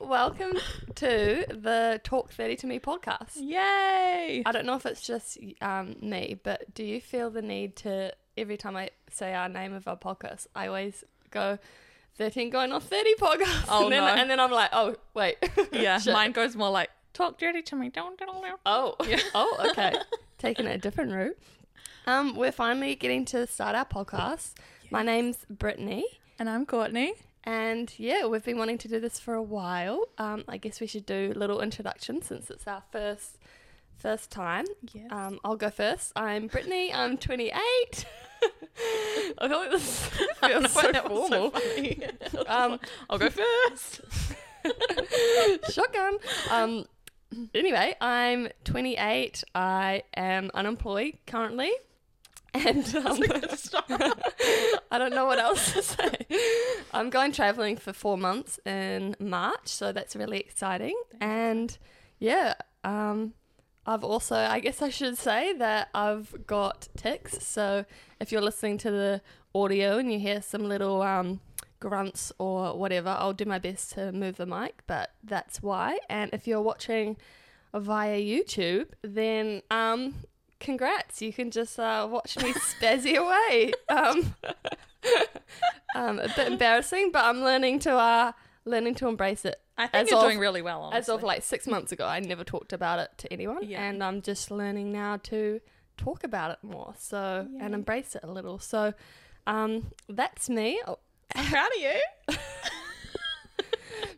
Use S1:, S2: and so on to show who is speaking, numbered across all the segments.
S1: welcome to the Talk 30 to Me podcast.
S2: Yay!
S1: I don't know if it's just um, me, but do you feel the need to, every time I say our name of our podcast, I always go 13 going on 30 podcast?
S2: Oh,
S1: and, then,
S2: no.
S1: and then I'm like, oh, wait.
S2: yeah,
S1: Shit.
S2: mine goes more like talk dirty to me. Don't don't don't."
S1: Oh, oh, okay. Taking a different route. Um, we're finally getting to start our podcast. My name's Brittany,
S2: And I'm Courtney.
S1: and yeah, we've been wanting to do this for a while. Um, I guess we should do a little introduction since it's our first first time.
S2: Yes.
S1: Um, I'll go first. I'm Brittany. I'm 28. I feel like this feels so formal. Um,
S2: um, I'll go first.
S1: Shotgun. Um, anyway, I'm 28. I am unemployed currently, and um, I don't know what else to say. I'm going traveling for four months in March, so that's really exciting. And yeah, um, I've also, I guess I should say that I've got ticks. So if you're listening to the audio and you hear some little um, grunts or whatever, I'll do my best to move the mic, but that's why. And if you're watching via YouTube, then um, congrats, you can just uh, watch me spazzy away. Um, um, a bit embarrassing, but I'm learning to uh, learning to embrace it.
S2: I think
S1: As
S2: you're
S1: of-
S2: doing really well. Honestly.
S1: As of like six months ago, I never talked about it to anyone,
S2: Yeah.
S1: and I'm just learning now to talk about it more, so
S2: Yay.
S1: and embrace it a little. So um, that's me. Oh,
S2: I'm proud of you.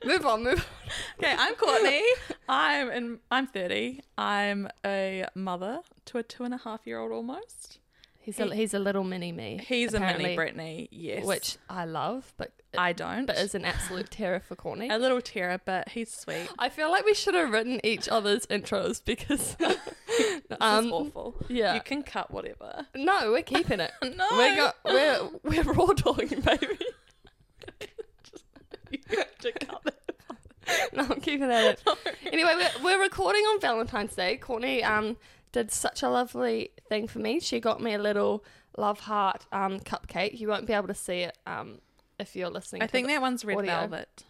S1: move on, move on.
S2: Okay, I'm Courtney. I'm in. I'm 30. I'm a mother to a two and a half year old almost.
S1: He's a, he's a little mini me.
S2: He's a
S1: apparently,
S2: mini Brittany. Yes,
S1: which I love, but
S2: I don't.
S1: but is an absolute terror for Corny.
S2: a little terror, but he's sweet.
S1: I feel like we should have written each other's intros because
S2: this is awful.
S1: yeah.
S2: you can cut whatever.
S1: no, we're keeping it.
S2: No,
S1: We're go- we're we're raw talking, baby.
S2: you have to cut it.
S1: No, I'm keeping that. in. Anyway, we're, we're recording on Valentine's Day. Courtney um did such a lovely thing for me. She got me a little love heart um cupcake. You won't be able to see it um if you're listening.
S2: I
S1: to
S2: think
S1: the-
S2: that one's red
S1: Audio.
S2: velvet.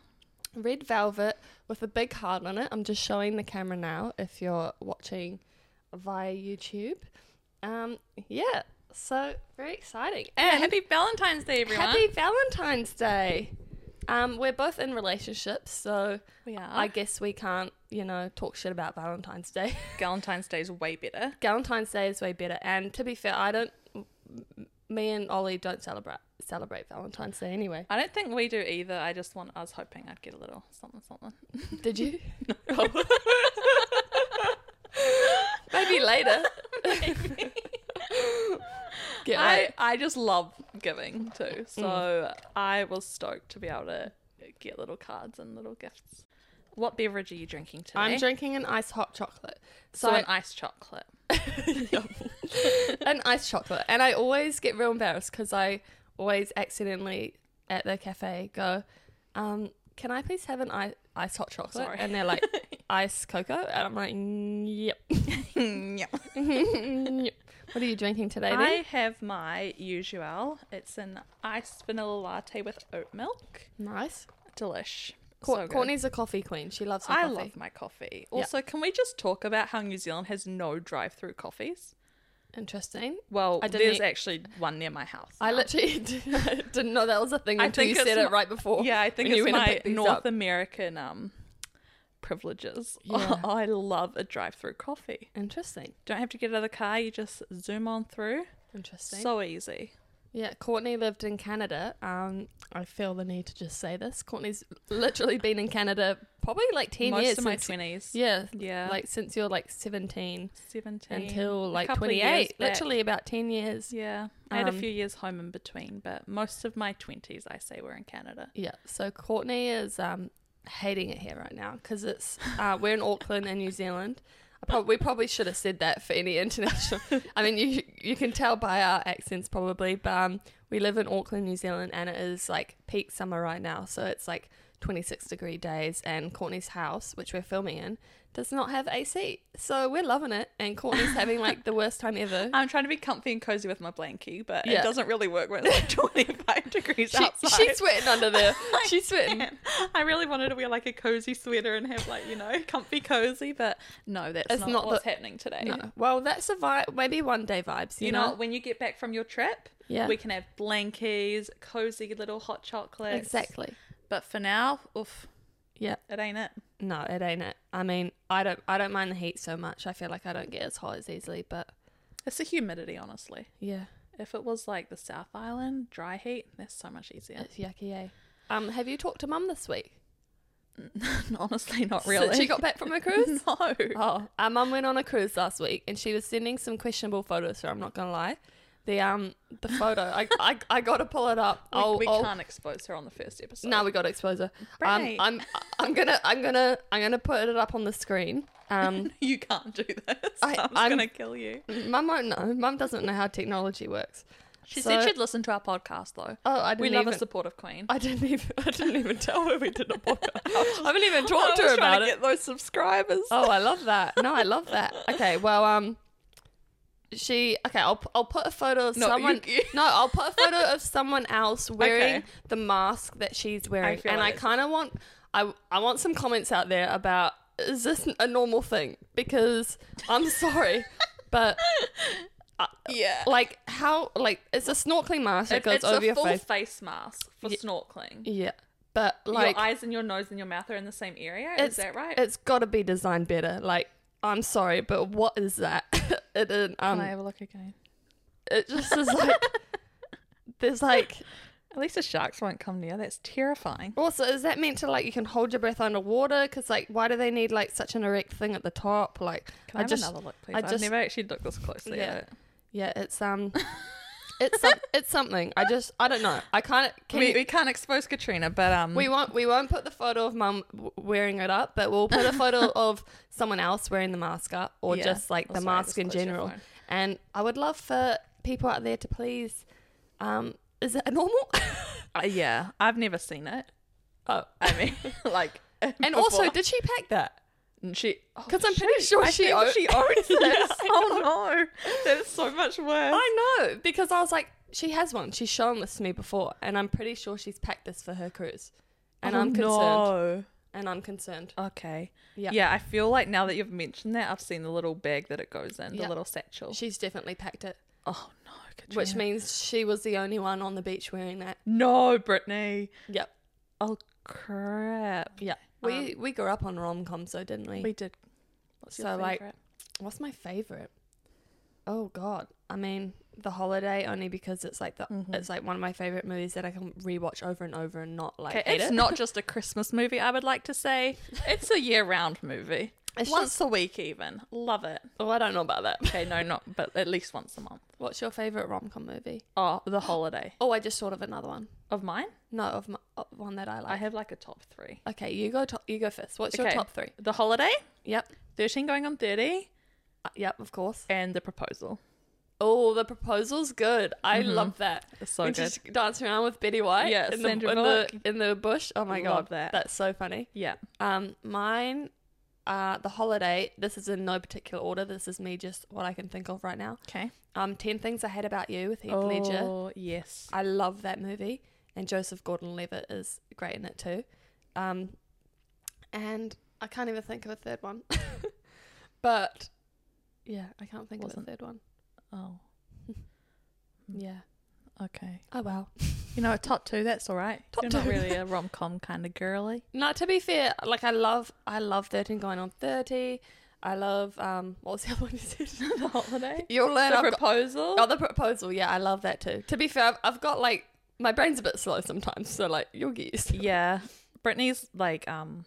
S1: red velvet with a big heart on it. I'm just showing the camera now if you're watching via YouTube. Um, yeah, so very exciting.
S2: And happy Valentine's Day, everyone.
S1: Happy Valentine's Day. Um, we're both in relationships, so
S2: we are.
S1: I guess we can't, you know, talk shit about Valentine's Day.
S2: Valentine's Day's way better.
S1: Valentine's Day is way better. And to be fair, I don't. m- Me and Ollie don't celebrate celebrate Valentine's Day anyway.
S2: I don't think we do either. I just want. I was hoping I'd get a little something, something.
S1: Did you? Maybe later. Get Mm.
S2: I
S1: right.
S2: I just love giving too, so I was stoked to be able to get little cards and little gifts. What beverage are you drinking today?
S1: I'm drinking an ice hot chocolate.
S2: so
S1: So
S2: an iced chocolate.
S1: an ice chocolate, and I always get real embarrassed because I always accidentally at the cafe go, um, "Can I please have an ice ice hot chocolate?"
S2: Sorry.
S1: And they're like, "Ice cocoa," and I'm like, "Mm, "Yep." Yep. What are you drinking today? Then?
S2: I have my usual. It's an iced vanilla latte with oat milk.
S1: nice.
S2: Delish.
S1: Cour-
S2: So good.
S1: Courtney's a coffee queen. She loves her
S2: I
S1: coffee.
S2: love my coffee. Also, can we just talk about how New Zealand has no drive-through coffees?
S1: Interesting.
S2: Well,
S1: I didn't
S2: there's
S1: eat-
S2: actually one near my house.
S1: I
S2: now.
S1: literally did- didn't know that was a thing
S2: Uh, I
S1: until
S2: think
S1: you
S2: it's
S1: said it
S2: my-
S1: right before.
S2: Yeah, I think
S1: when you
S2: it's
S1: went and
S2: my
S1: picked these
S2: North
S1: up.
S2: American um, privileges. Oh,
S1: Yeah.
S2: I love a drive-through coffee.
S1: Interesting.
S2: Don't have to get out of the car. You just zoom on through.
S1: Interesting.
S2: So easy.
S1: yeah, Courtney lived in Canada. Um, I feel the need to just say this. Courtney's literally been in Canada probably like ten
S2: Most
S1: years.
S2: of my
S1: since-
S2: twenties.
S1: yeah,
S2: Yeah.
S1: like since you're like seventeen
S2: seventeen
S1: until
S2: a
S1: like
S2: couple of
S1: twenty
S2: years
S1: eight.
S2: back.
S1: Literally about ten years.
S2: Yeah. I had
S1: Um,
S2: a few years home in between, but most of my twenties, I say, were in Canada.
S1: Yeah. So Courtney is um, hating it here right now because it's uh, we're in Auckland in New Zealand. I prob- we probably should have said that for any international. I mean, you you can tell by our accents probably, but um, we live in Auckland, New Zealand, and it is like peak summer right now. So it's like 26 degree days, and Courtney's house, which we're filming in, does not have AC. So we're loving it, and Courtney's having like the worst time ever.
S2: I'm trying to be comfy and cozy with my blankie, but
S1: Yeah.
S2: it doesn't really work when it's like 25 degrees
S1: She,
S2: outside.
S1: she's sweating under there.
S2: I
S1: She's sweating.
S2: Man, I really wanted to wear like a cozy sweater and have like you know comfy cozy, but no, that's
S1: It's
S2: not,
S1: not
S2: what's
S1: the-
S2: happening today.
S1: No. Well, that's a vibe. Maybe one day vibes. You,
S2: You
S1: know?
S2: know, when you get back from your trip,
S1: Yeah.
S2: we can have blankies, cozy little hot chocolates.
S1: exactly.
S2: But for now, oof,
S1: Yeah.
S2: it ain't it.
S1: No, it ain't it. I mean, I don't. I don't mind the heat so much. I feel like I don't get as hot as easily. But
S2: It's the humidity, honestly.
S1: yeah,
S2: If it was like the South Island, dry heat, that's so much easier.
S1: it's yucky. Eh? Um, have you talked to mum this week?
S2: honestly, not
S1: Since
S2: really.
S1: she got back from her cruise.
S2: no.
S1: Oh, our mum went on a cruise last week, and she was sending some questionable photos. So I'm not gonna lie. The um the photo I, I I gotta pull it up.
S2: We,
S1: I'll,
S2: we
S1: I'll-
S2: can't expose her on the first episode.
S1: No, we got to expose her. Um,
S2: Right.
S1: I'm I'm gonna I'm gonna I'm gonna put it up on the screen. Um,
S2: you can't do this.
S1: I-
S2: I, am
S1: I'm-
S2: going to kill you.
S1: mum won't know. Mum doesn't know how technology works.
S2: She
S1: So-
S2: said she'd listen to our podcast though.
S1: Oh, I
S2: we
S1: didn't
S2: love
S1: even.
S2: a supportive queen.
S1: I didn't even. I didn't even tell her we did a podcast. I haven't even talked to her about it.
S2: get those subscribers.
S1: Oh, I love that. No, I love that. Okay, well, um, she. Okay, I'll I'll put a photo of
S2: No, you-
S1: someone.
S2: you-
S1: No, I'll put a photo of someone else wearing
S2: Okay.
S1: the mask that she's wearing,
S2: feel
S1: and
S2: like
S1: I
S2: it's-
S1: kind of want. I I want some comments out there about is this a normal thing? Because I'm sorry, but
S2: yeah.
S1: like how like it's a snorkeling mask that
S2: It-
S1: goes
S2: it's
S1: over
S2: a
S1: your
S2: full
S1: face.
S2: face mask for snorkeling.
S1: yeah, but like
S2: your eyes and your nose and your mouth are in the same area. Is that right?
S1: It's got to be designed better. Like, I'm sorry, but what is that? it is,
S2: Can I
S1: um,
S2: have a look again?
S1: it just is like there's like.
S2: At least the sharks won't come near. That's terrifying.
S1: Also, is that meant to like you can hold your breath underwater? Because like, why do they need like such an erect thing at the top? Like,
S2: Can I, have
S1: just
S2: another look, please?
S1: I
S2: I
S1: just-
S2: have never actually looked this closely
S1: Yeah.
S2: at it.
S1: yeah, it's um, it's some, it's something. I just I don't know. I can't. Can
S2: we,
S1: you-
S2: we can't expose Katrina, but um,
S1: We won't we won't put the photo of mum w- wearing it up, but we'll put a photo of someone else wearing the mask up, or
S2: Yeah.
S1: just like
S2: Oh,
S1: the
S2: sorry, I
S1: mask
S2: just
S1: in
S2: closed your
S1: general.
S2: phone.
S1: And I would love for people out there to please, um, is it normal?
S2: uh, yeah, I've never seen it.
S1: oh,
S2: I mean, like,
S1: and also, did she pack that?
S2: she?
S1: Because I'm pretty sure
S2: Oh, I
S1: she
S2: think
S1: own-
S2: she owns
S1: Yeah,
S2: this.
S1: I
S2: oh no, that's so much worse.
S1: I know because I was like, she has one. She's shown this to me before, and I'm pretty sure she's packed this for her cruise. And I'm concerned. And I'm concerned.
S2: Okay.
S1: Yeah.
S2: Yeah. Yeah, I feel like now that you've mentioned that, I've seen the little bag that it goes in,
S1: Yeah.
S2: the little satchel.
S1: She's definitely packed it,
S2: oh no, Katrina.
S1: which means she was the only one on the beach wearing that.
S2: no, Brittany.
S1: Yep.
S2: Oh crap.
S1: Yeah. We we grew up on rom com, so didn't Um, we?
S2: We did. What's
S1: So, like-
S2: favourite?
S1: What's my favorite? Oh God, I mean The Holiday, only because it's like the
S2: Mm-hmm.
S1: it's like one of my favorite movies that I can rewatch over and over and not like.
S2: Okay,
S1: hate
S2: it's
S1: it.
S2: not just a Christmas movie. I would like to say it's a year-round movie.
S1: It's
S2: once a week, even. Love it.
S1: Oh, I don't know about that.
S2: Okay, no, not but at least once a month.
S1: What's your favorite rom com movie?
S2: Oh, the holiday
S1: Oh, I just thought of another one.
S2: of mine.
S1: No, of my, of one that I like.
S2: I have like a top three.
S1: okay, you go. To- you go first. What's your
S2: Okay,
S1: top three?
S2: The holiday,
S1: Yep.
S2: thirteen going on thirty,
S1: Uh, yep. Of course.
S2: and the proposal.
S1: Oh, the proposal's good. I love that.
S2: Mm-hmm. It's so
S1: When
S2: good.
S1: she's dancing around with Betty White.
S2: Yeah,
S1: in the, in
S2: Sandra
S1: the in the bush. Oh my
S2: Love
S1: god,
S2: that.
S1: that's so funny.
S2: Yeah.
S1: Um, mine, uh, the holiday. This is in no particular order. This is me, just what I can think of right now.
S2: Okay.
S1: Um, Ten Things I Hate About You with Heath Ledger.
S2: Oh yes.
S1: I love that movie, and Joseph Gordon-Levitt is great in it too. Um, and I can't even think of a third one. but yeah, I can't think
S2: Wasn't- Mm.
S1: of a third one.
S2: Oh,
S1: Yeah.
S2: okay.
S1: Oh well.
S2: You know, top two. That's all right.
S1: Top
S2: You're not
S1: two.
S2: really a rom com kind of girly.
S1: No, to be fair, like I love, I love Thirteen Going on Thirty. I love um, what was the other one you said?
S2: the holiday.
S1: You'll learn.
S2: The
S1: I've got-
S2: proposal.
S1: Oh, the proposal. Yeah, I love that too. To be fair, I've, I've got like my brain's a bit slow sometimes, so like you'll get used. To it.
S2: yeah, Brittany's like um.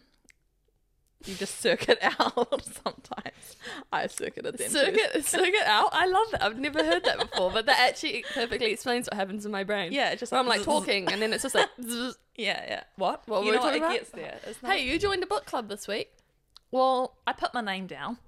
S2: You just circuit out sometimes. I circuited then. too.
S1: Circuit, circuit out. I love that. I've never heard that before, but that actually perfectly explains what happens in my brain.
S2: Yeah, it just
S1: So I'm like
S2: zzz, zzz.
S1: talking, and then it's just like, zzz.
S2: Yeah, yeah.
S1: what? What
S2: you
S1: were we
S2: know what?
S1: talking
S2: It
S1: about?
S2: gets there. It's not-
S1: Hey, you joined a book club this week.
S2: Well, I put my name down.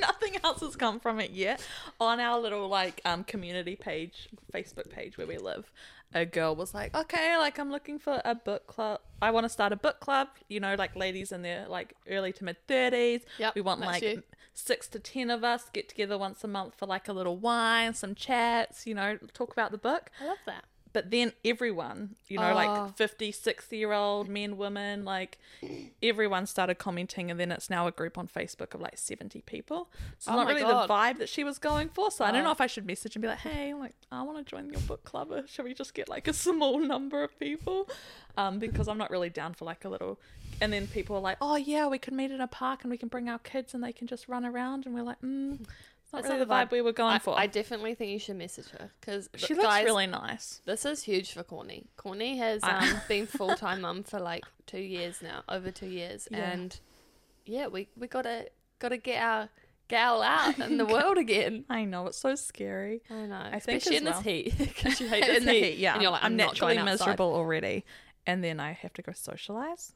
S2: Nothing answers come from it yet. On our little like um community page, Facebook page where we live, a girl was like, "Okay, like I'm looking for a book club. I want to start a book club. You know, like ladies in their like early to mid thirties.
S1: Yep,
S2: we want
S1: that's
S2: like
S1: you.
S2: six to ten of us get together once a month for like a little wine, some chats. You know, talk about the book.
S1: I love that.
S2: but then everyone you know
S1: Oh.
S2: like 50 60 year old men women like everyone started commenting and then it's now a group on facebook of like 70 people so
S1: Oh
S2: not
S1: my
S2: really
S1: God.
S2: the vibe that she was going for so i don't
S1: Oh.
S2: know if i should message and be like hey like i want to join your book club or should we just get like a small number of people um because i'm not really down for like a little and then people are like oh yeah we could meet in a park and we can bring our kids and they can just run around and we're like mm it's not
S1: That's
S2: really the vibe
S1: not the vibe.
S2: we were going
S1: I,
S2: for
S1: I definitely think you should message her because
S2: she looks
S1: guys,
S2: really nice
S1: This is huge for Corny. Corny has
S2: I-
S1: um, been full time mum for like two years now, over two years,
S2: Yeah.
S1: and yeah, we we gotta gotta get our gal out in the world again.
S2: i know it's so scary
S1: I know,
S2: I think
S1: especially
S2: as
S1: in
S2: well-
S1: this heat because you hate
S2: in
S1: this
S2: the heat, yeah.
S1: and you're like, I'm, not
S2: naturally
S1: going outside.
S2: miserable already, and then I have to go socialize.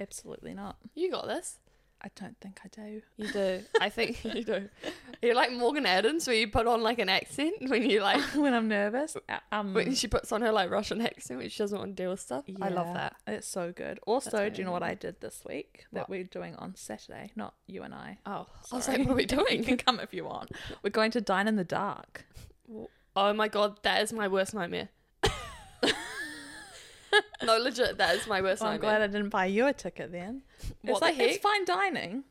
S2: Absolutely not.
S1: You got this.
S2: I don't think I do.
S1: You do. I think you do. You're like Morgan Adams, where you put on like an accent when you like
S2: when I'm nervous, uh, um,
S1: when she puts on her like Russian accent, which she doesn't want to deal with stuff. I love
S2: yeah,
S1: that.
S2: It's so good. Also, do you know
S1: really
S2: what I did this week that
S1: What?
S2: we're doing on Saturday? Not you and I.
S1: Oh, I was
S2: Sorry.
S1: like, what are
S2: You
S1: we
S2: can
S1: doing?
S2: come if you want. We're going to dine in the dark.
S1: oh my god, that is my worst nightmare. no, legit, that is my worst
S2: Well, I'm
S1: nightmare.
S2: glad I didn't buy you a ticket then.
S1: What
S2: Oh it's
S1: the
S2: like it's
S1: heck?
S2: fine dining.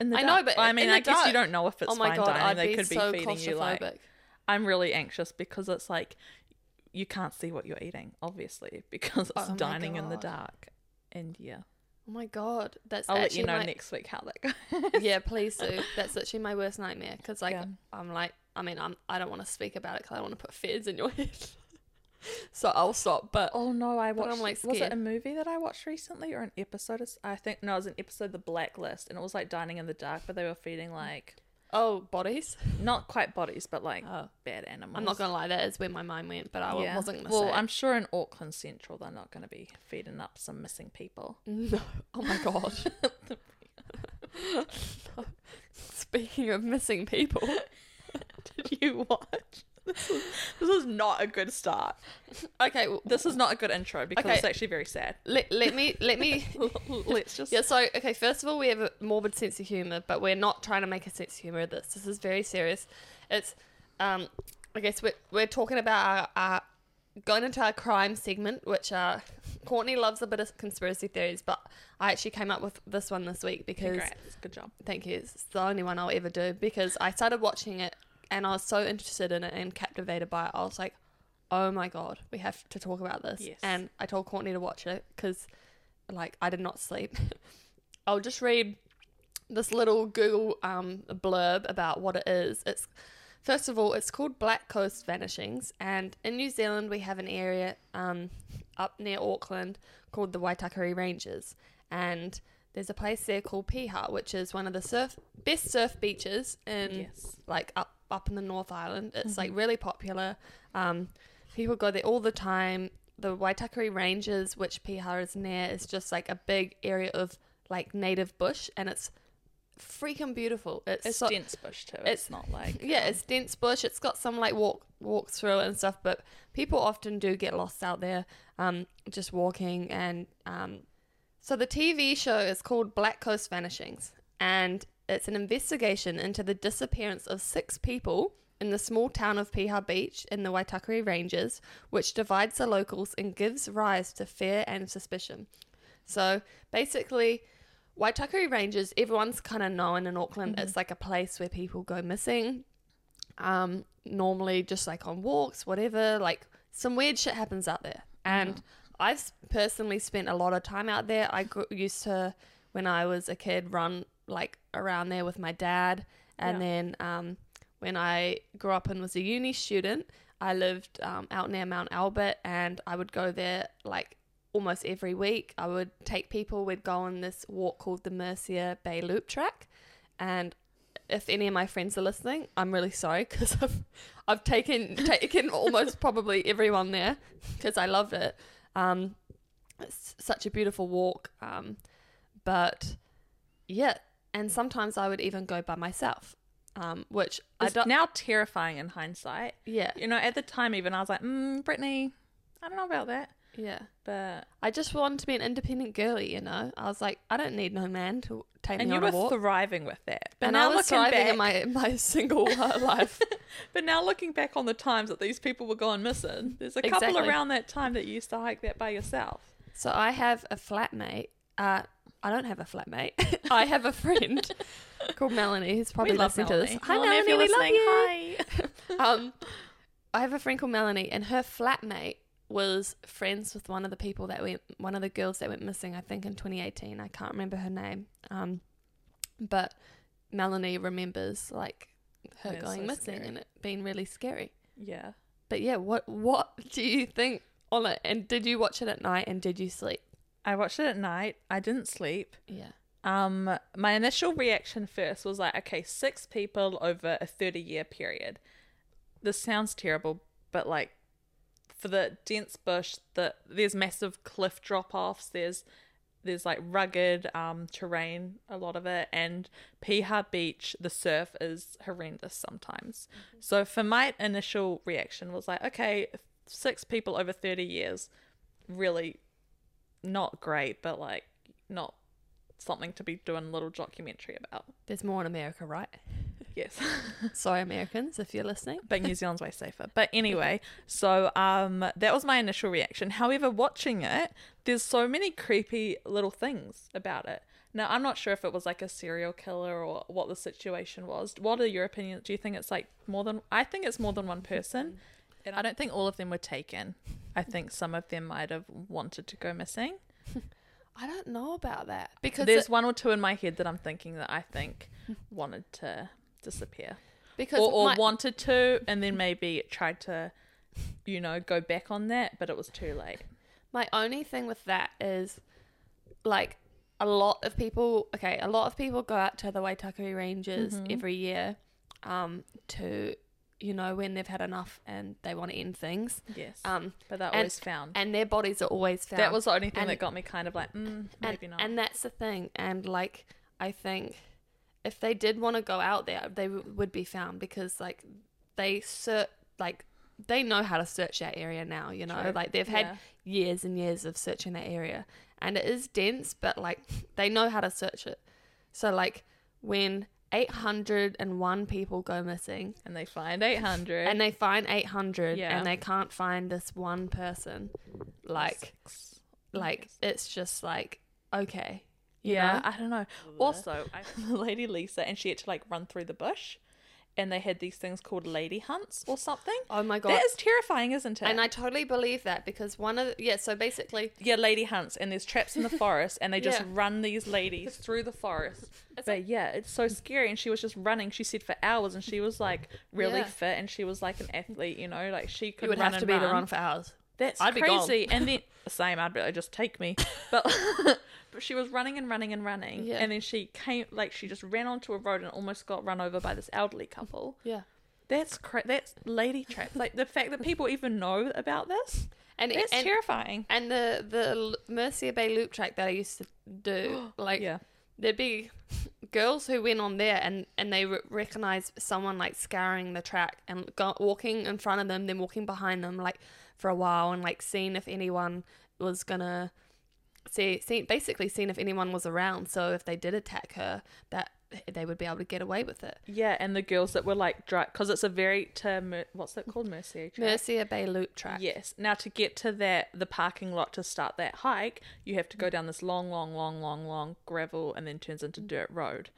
S2: In the
S1: I
S2: dark.
S1: know, but
S2: I
S1: in
S2: mean,
S1: the
S2: I guess you
S1: dark-
S2: don't know if it's
S1: oh my
S2: fine
S1: god,
S2: dining.
S1: I'd
S2: they
S1: be
S2: could be
S1: so
S2: feeding you
S1: claustrophobic.
S2: like I'm really anxious because it's like you can't see what you're eating, obviously, because it's
S1: Oh my
S2: dining in the
S1: God.
S2: dark. And yeah,
S1: oh my god, that's
S2: I'll let
S1: actually
S2: you know
S1: my-
S2: next week how that goes.
S1: yeah, please do. That's actually my worst nightmare because like
S2: Yeah.
S1: I'm like I mean I'm I don't want to speak about it because I don't want to put fears in your head. so I'll stop. But
S2: Oh no, I
S1: But
S2: watched.
S1: I'm, like,
S2: was it
S1: scared.
S2: a movie that I watched recently or an episode? Of, I think no, it was an episode of The Blacklist, and it was like dining in the dark, but they were feeding like
S1: oh, bodies.
S2: not quite bodies, but like
S1: Oh.
S2: bad animals.
S1: I'm not gonna lie, that is where my mind went, but I w-
S2: Yeah.
S1: wasn't gonna
S2: Well,
S1: say. it.
S2: I'm sure in Auckland Central they're not going to be feeding up some missing people.
S1: No. Oh my god. No. Speaking of missing people,
S2: Did you watch? This is, this is not a good start.
S1: okay, well,
S2: This is not a good intro because
S1: Okay.
S2: it's actually very sad.
S1: let, let me let me.
S2: Let's just
S1: Yeah, so okay, first of all, we have a morbid sense of humor, but we're not trying to make a sense of humor of this. This is very serious. It's, um, I guess we're we're talking about our, our going into our crime segment, which uh, Courtney loves a bit of conspiracy theories, but I actually came up with this one this week because
S2: Congrats. Good job.
S1: Thank you. It's the only one I'll ever do because I started watching it and I was so interested in it and captivated by it. I was like, oh my God, we have to talk about this.
S2: Yes.
S1: And I told Courtney to watch it because, like, I did not sleep. I'll just read this little Google um, blurb about what it is. It's First of all, it's called Black Coast Vanishings, and in New Zealand we have an area um, up near Auckland called the Waitakere Ranges, and there's a place there called Piha, which is one of the surf best surf beaches in
S2: Yes.
S1: like up up in the North Island. It's like really popular. Um, people go there all the time. The Waitakere Ranges, which Piha is near, is just like a big area of like native bush, and it's freaking beautiful. It's,
S2: It's
S1: so,
S2: dense bush too. It's,
S1: it's-
S2: not like
S1: yeah, it's dense bush. It's got some like walk walks through and stuff, but people often do get lost out there, um, just walking and um. So the TV show is called Black Coast Vanishings, and it's an investigation into the disappearance of six people in the small town of Piha Beach in the Waitakere Ranges, which divides the locals and gives rise to fear and suspicion. So basically, Waitakere Ranges, everyone's kind of known in Auckland. It's like a place where people go missing. Um, normally, just like on walks, whatever. Like some weird shit happens out there. And I've s- personally spent a lot of time out there. I gr- used to, when I was a kid, run like around there with my dad. And
S2: Yeah.
S1: then um, when I grew up and was a uni student, I lived um, out near Mount Albert, and I would go there like almost every week. I would take people, we'd go on this walk called the Mercia Bay Loop Track. And if any of my friends are listening, I'm really sorry because I've, I've taken, taken almost probably everyone there because I loved it. Um, it's such a beautiful walk. Um, but yeah, and sometimes I would even go by myself, um, which I
S2: It's
S1: don't.
S2: now terrifying in hindsight.
S1: yeah,
S2: You know, at the time, even I was like, mm, Brittany, I don't know about that.
S1: yeah.
S2: But
S1: I just wanted to be an independent girly, you know. I was like, I don't need no man to take
S2: and
S1: me
S2: you
S1: on a
S2: were
S1: walk.
S2: thriving with that. But
S1: and
S2: now
S1: I was
S2: looking
S1: thriving
S2: back,
S1: in my my single uh, life.
S2: but now looking back on the times that these people were gone missing, there's a couple
S1: Exactly.
S2: around that time that you used to hike that by yourself.
S1: So I have a flatmate. Uh, I don't have a flatmate. I have a friend called Melanie who's probably
S2: we love
S1: listening
S2: Melanie.
S1: to this. Hi,
S2: Melanie, if you're
S1: Melanie, we love
S2: listening,
S1: you.
S2: hi.
S1: um, I have a friend called Melanie, and her flatmate was friends with one of the people that went, one of the girls that went missing. I think in 2018, I can't remember her name. Um, but Melanie remembers like her
S2: That's
S1: going
S2: so
S1: missing
S2: scary.
S1: and it being really scary.
S2: Yeah.
S1: But yeah, what what do you think on it? And did you watch it at night? And did you sleep?
S2: I watched it at night. I didn't sleep.
S1: Yeah,
S2: Um, my initial reaction first was like, okay, six people over a 30 year period. This sounds terrible, but like for the dense bush, the there's massive cliff drop offs, there's there's like rugged um terrain, a lot of it, and Piha Beach, the surf is horrendous sometimes. So for my initial reaction was like, okay, six people over 30 years, really not great, but like not something to be doing a little documentary about.
S1: there's more in America, right?
S2: Yes.
S1: Sorry, Americans, if you're listening.
S2: but New Zealand's way safer. But anyway, so um that was my initial reaction. However, watching it, there's so many creepy little things about it. Now, I'm not sure if it was like a serial killer or what the situation was. What are your opinions? Do you think it's like more than I think it's more than one person? And I don't think all of them were taken. I think some of them might have wanted to go missing.
S1: I don't know about that because
S2: There's one or two in my head that I'm thinking that I think wanted to disappear.
S1: because
S2: or, or
S1: my-
S2: wanted to and then maybe tried to you know go back on that but it was too late
S1: My only thing with that is like a lot of people okay, a lot of people go out to the Waitakere Ranges
S2: Mm-hmm.
S1: every year um to you know when they've had enough and they want to end things.
S2: yes
S1: Um
S2: but that
S1: and-
S2: always found
S1: and their bodies are always found.
S2: that was the only thing
S1: and-
S2: that got me kind of like mm,
S1: and,
S2: maybe not
S1: and that's the thing and like I think if they did want to go out there they w- would be found because like they ser- like they know how to search that area now, you know?
S2: True.
S1: Like they've had
S2: Yeah.
S1: years and years of searching that area. And it is dense, but like they know how to search it. So like when 801 people go missing
S2: and they find 800
S1: and they find 800
S2: Yeah.
S1: and they can't find this one person, like
S2: Six.
S1: like it's just like okay. you
S2: yeah
S1: know?
S2: i don't know also I, lady lisa and she had to like run through the bush and they had these things called lady hunts or something
S1: Oh my god.
S2: that is terrifying isn't it
S1: and I totally believe that because one of yeah, so basically
S2: yeah, lady hunts, and there's traps in the forest, and they just
S1: Yeah.
S2: run these ladies through the forest. but yeah, it's so scary. And she was just running. She said for hours, and she was like really
S1: Yeah.
S2: fit, and she was like an athlete. You know, like she could.
S1: you would
S2: run
S1: have to
S2: and
S1: be the
S2: run.
S1: run for hours.
S2: That's
S1: I'd be gone.
S2: crazy. And then same, I'd be like, just take me. But but she was running and running and running,
S1: Yeah.
S2: and then she came like she just ran onto a road and almost got run over by this elderly couple.
S1: Yeah.
S2: That's cra- that's lady trap. Like the fact that people even know about this,
S1: And
S2: it's
S1: and,
S2: terrifying.
S1: and the the L- Mercia Bay loop track that I used to do, like
S2: Yeah.
S1: there'd be girls who went on there and and they re- recognized someone like scouring the track and go- walking in front of them, then walking behind them like for a while and like seeing if anyone was gonna see, see basically seeing if anyone was around. So if they did attack her, that they would be able to get away with it.
S2: Yeah, and the girls that were like dry because it's a very to Mer- what's it called Mercier track.
S1: Mercia Bay loop track.
S2: Yes. Now to get to that the parking lot to start that hike, you have to go down this long, long, long, long, long gravel and then turns into dirt road.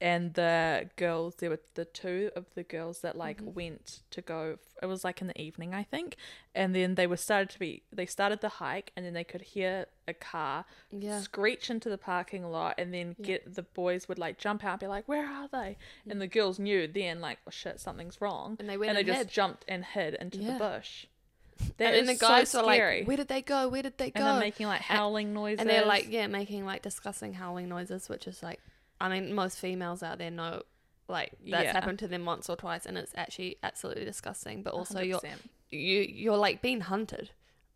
S2: And the girls, there were the two of the girls that like went to go. It was like in the evening, I think. And then they were started to be. They started the hike, and then they could hear a car
S1: Yeah.
S2: screech into the parking lot, and then get the boys would like jump out and be like, "Where are they?" And the girls knew then, like, "Oh shit, something's wrong."
S1: Mm. And they went
S2: and they
S1: and
S2: just
S1: hid.
S2: jumped and hid into
S1: Yeah.
S2: the bush.
S1: And
S2: That
S1: then the
S2: is
S1: guys
S2: so
S1: are
S2: scary.
S1: like, "Where did they go? Where did they go?"
S2: and they're making like howling noises.
S1: and they're like yeah making like disgusting howling noises which is like i mean most females out there know like that's
S2: Yeah.
S1: happened to them once or twice and it's actually absolutely disgusting but also you're
S2: 100%.
S1: you you're like being hunted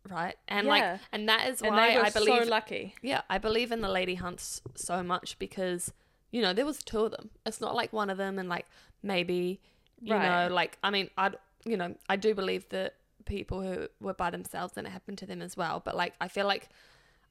S1: right and
S2: Yeah.
S1: like and that is
S2: and
S1: why
S2: they were
S1: i believe
S2: so lucky.
S1: yeah i believe in the lady hunts so much because you know, there was two of them. It's not like one of them and like maybe you
S2: Right.
S1: know, like I mean, I would you know, I do believe that people who were by themselves and it happened to them as well. But like, I feel like,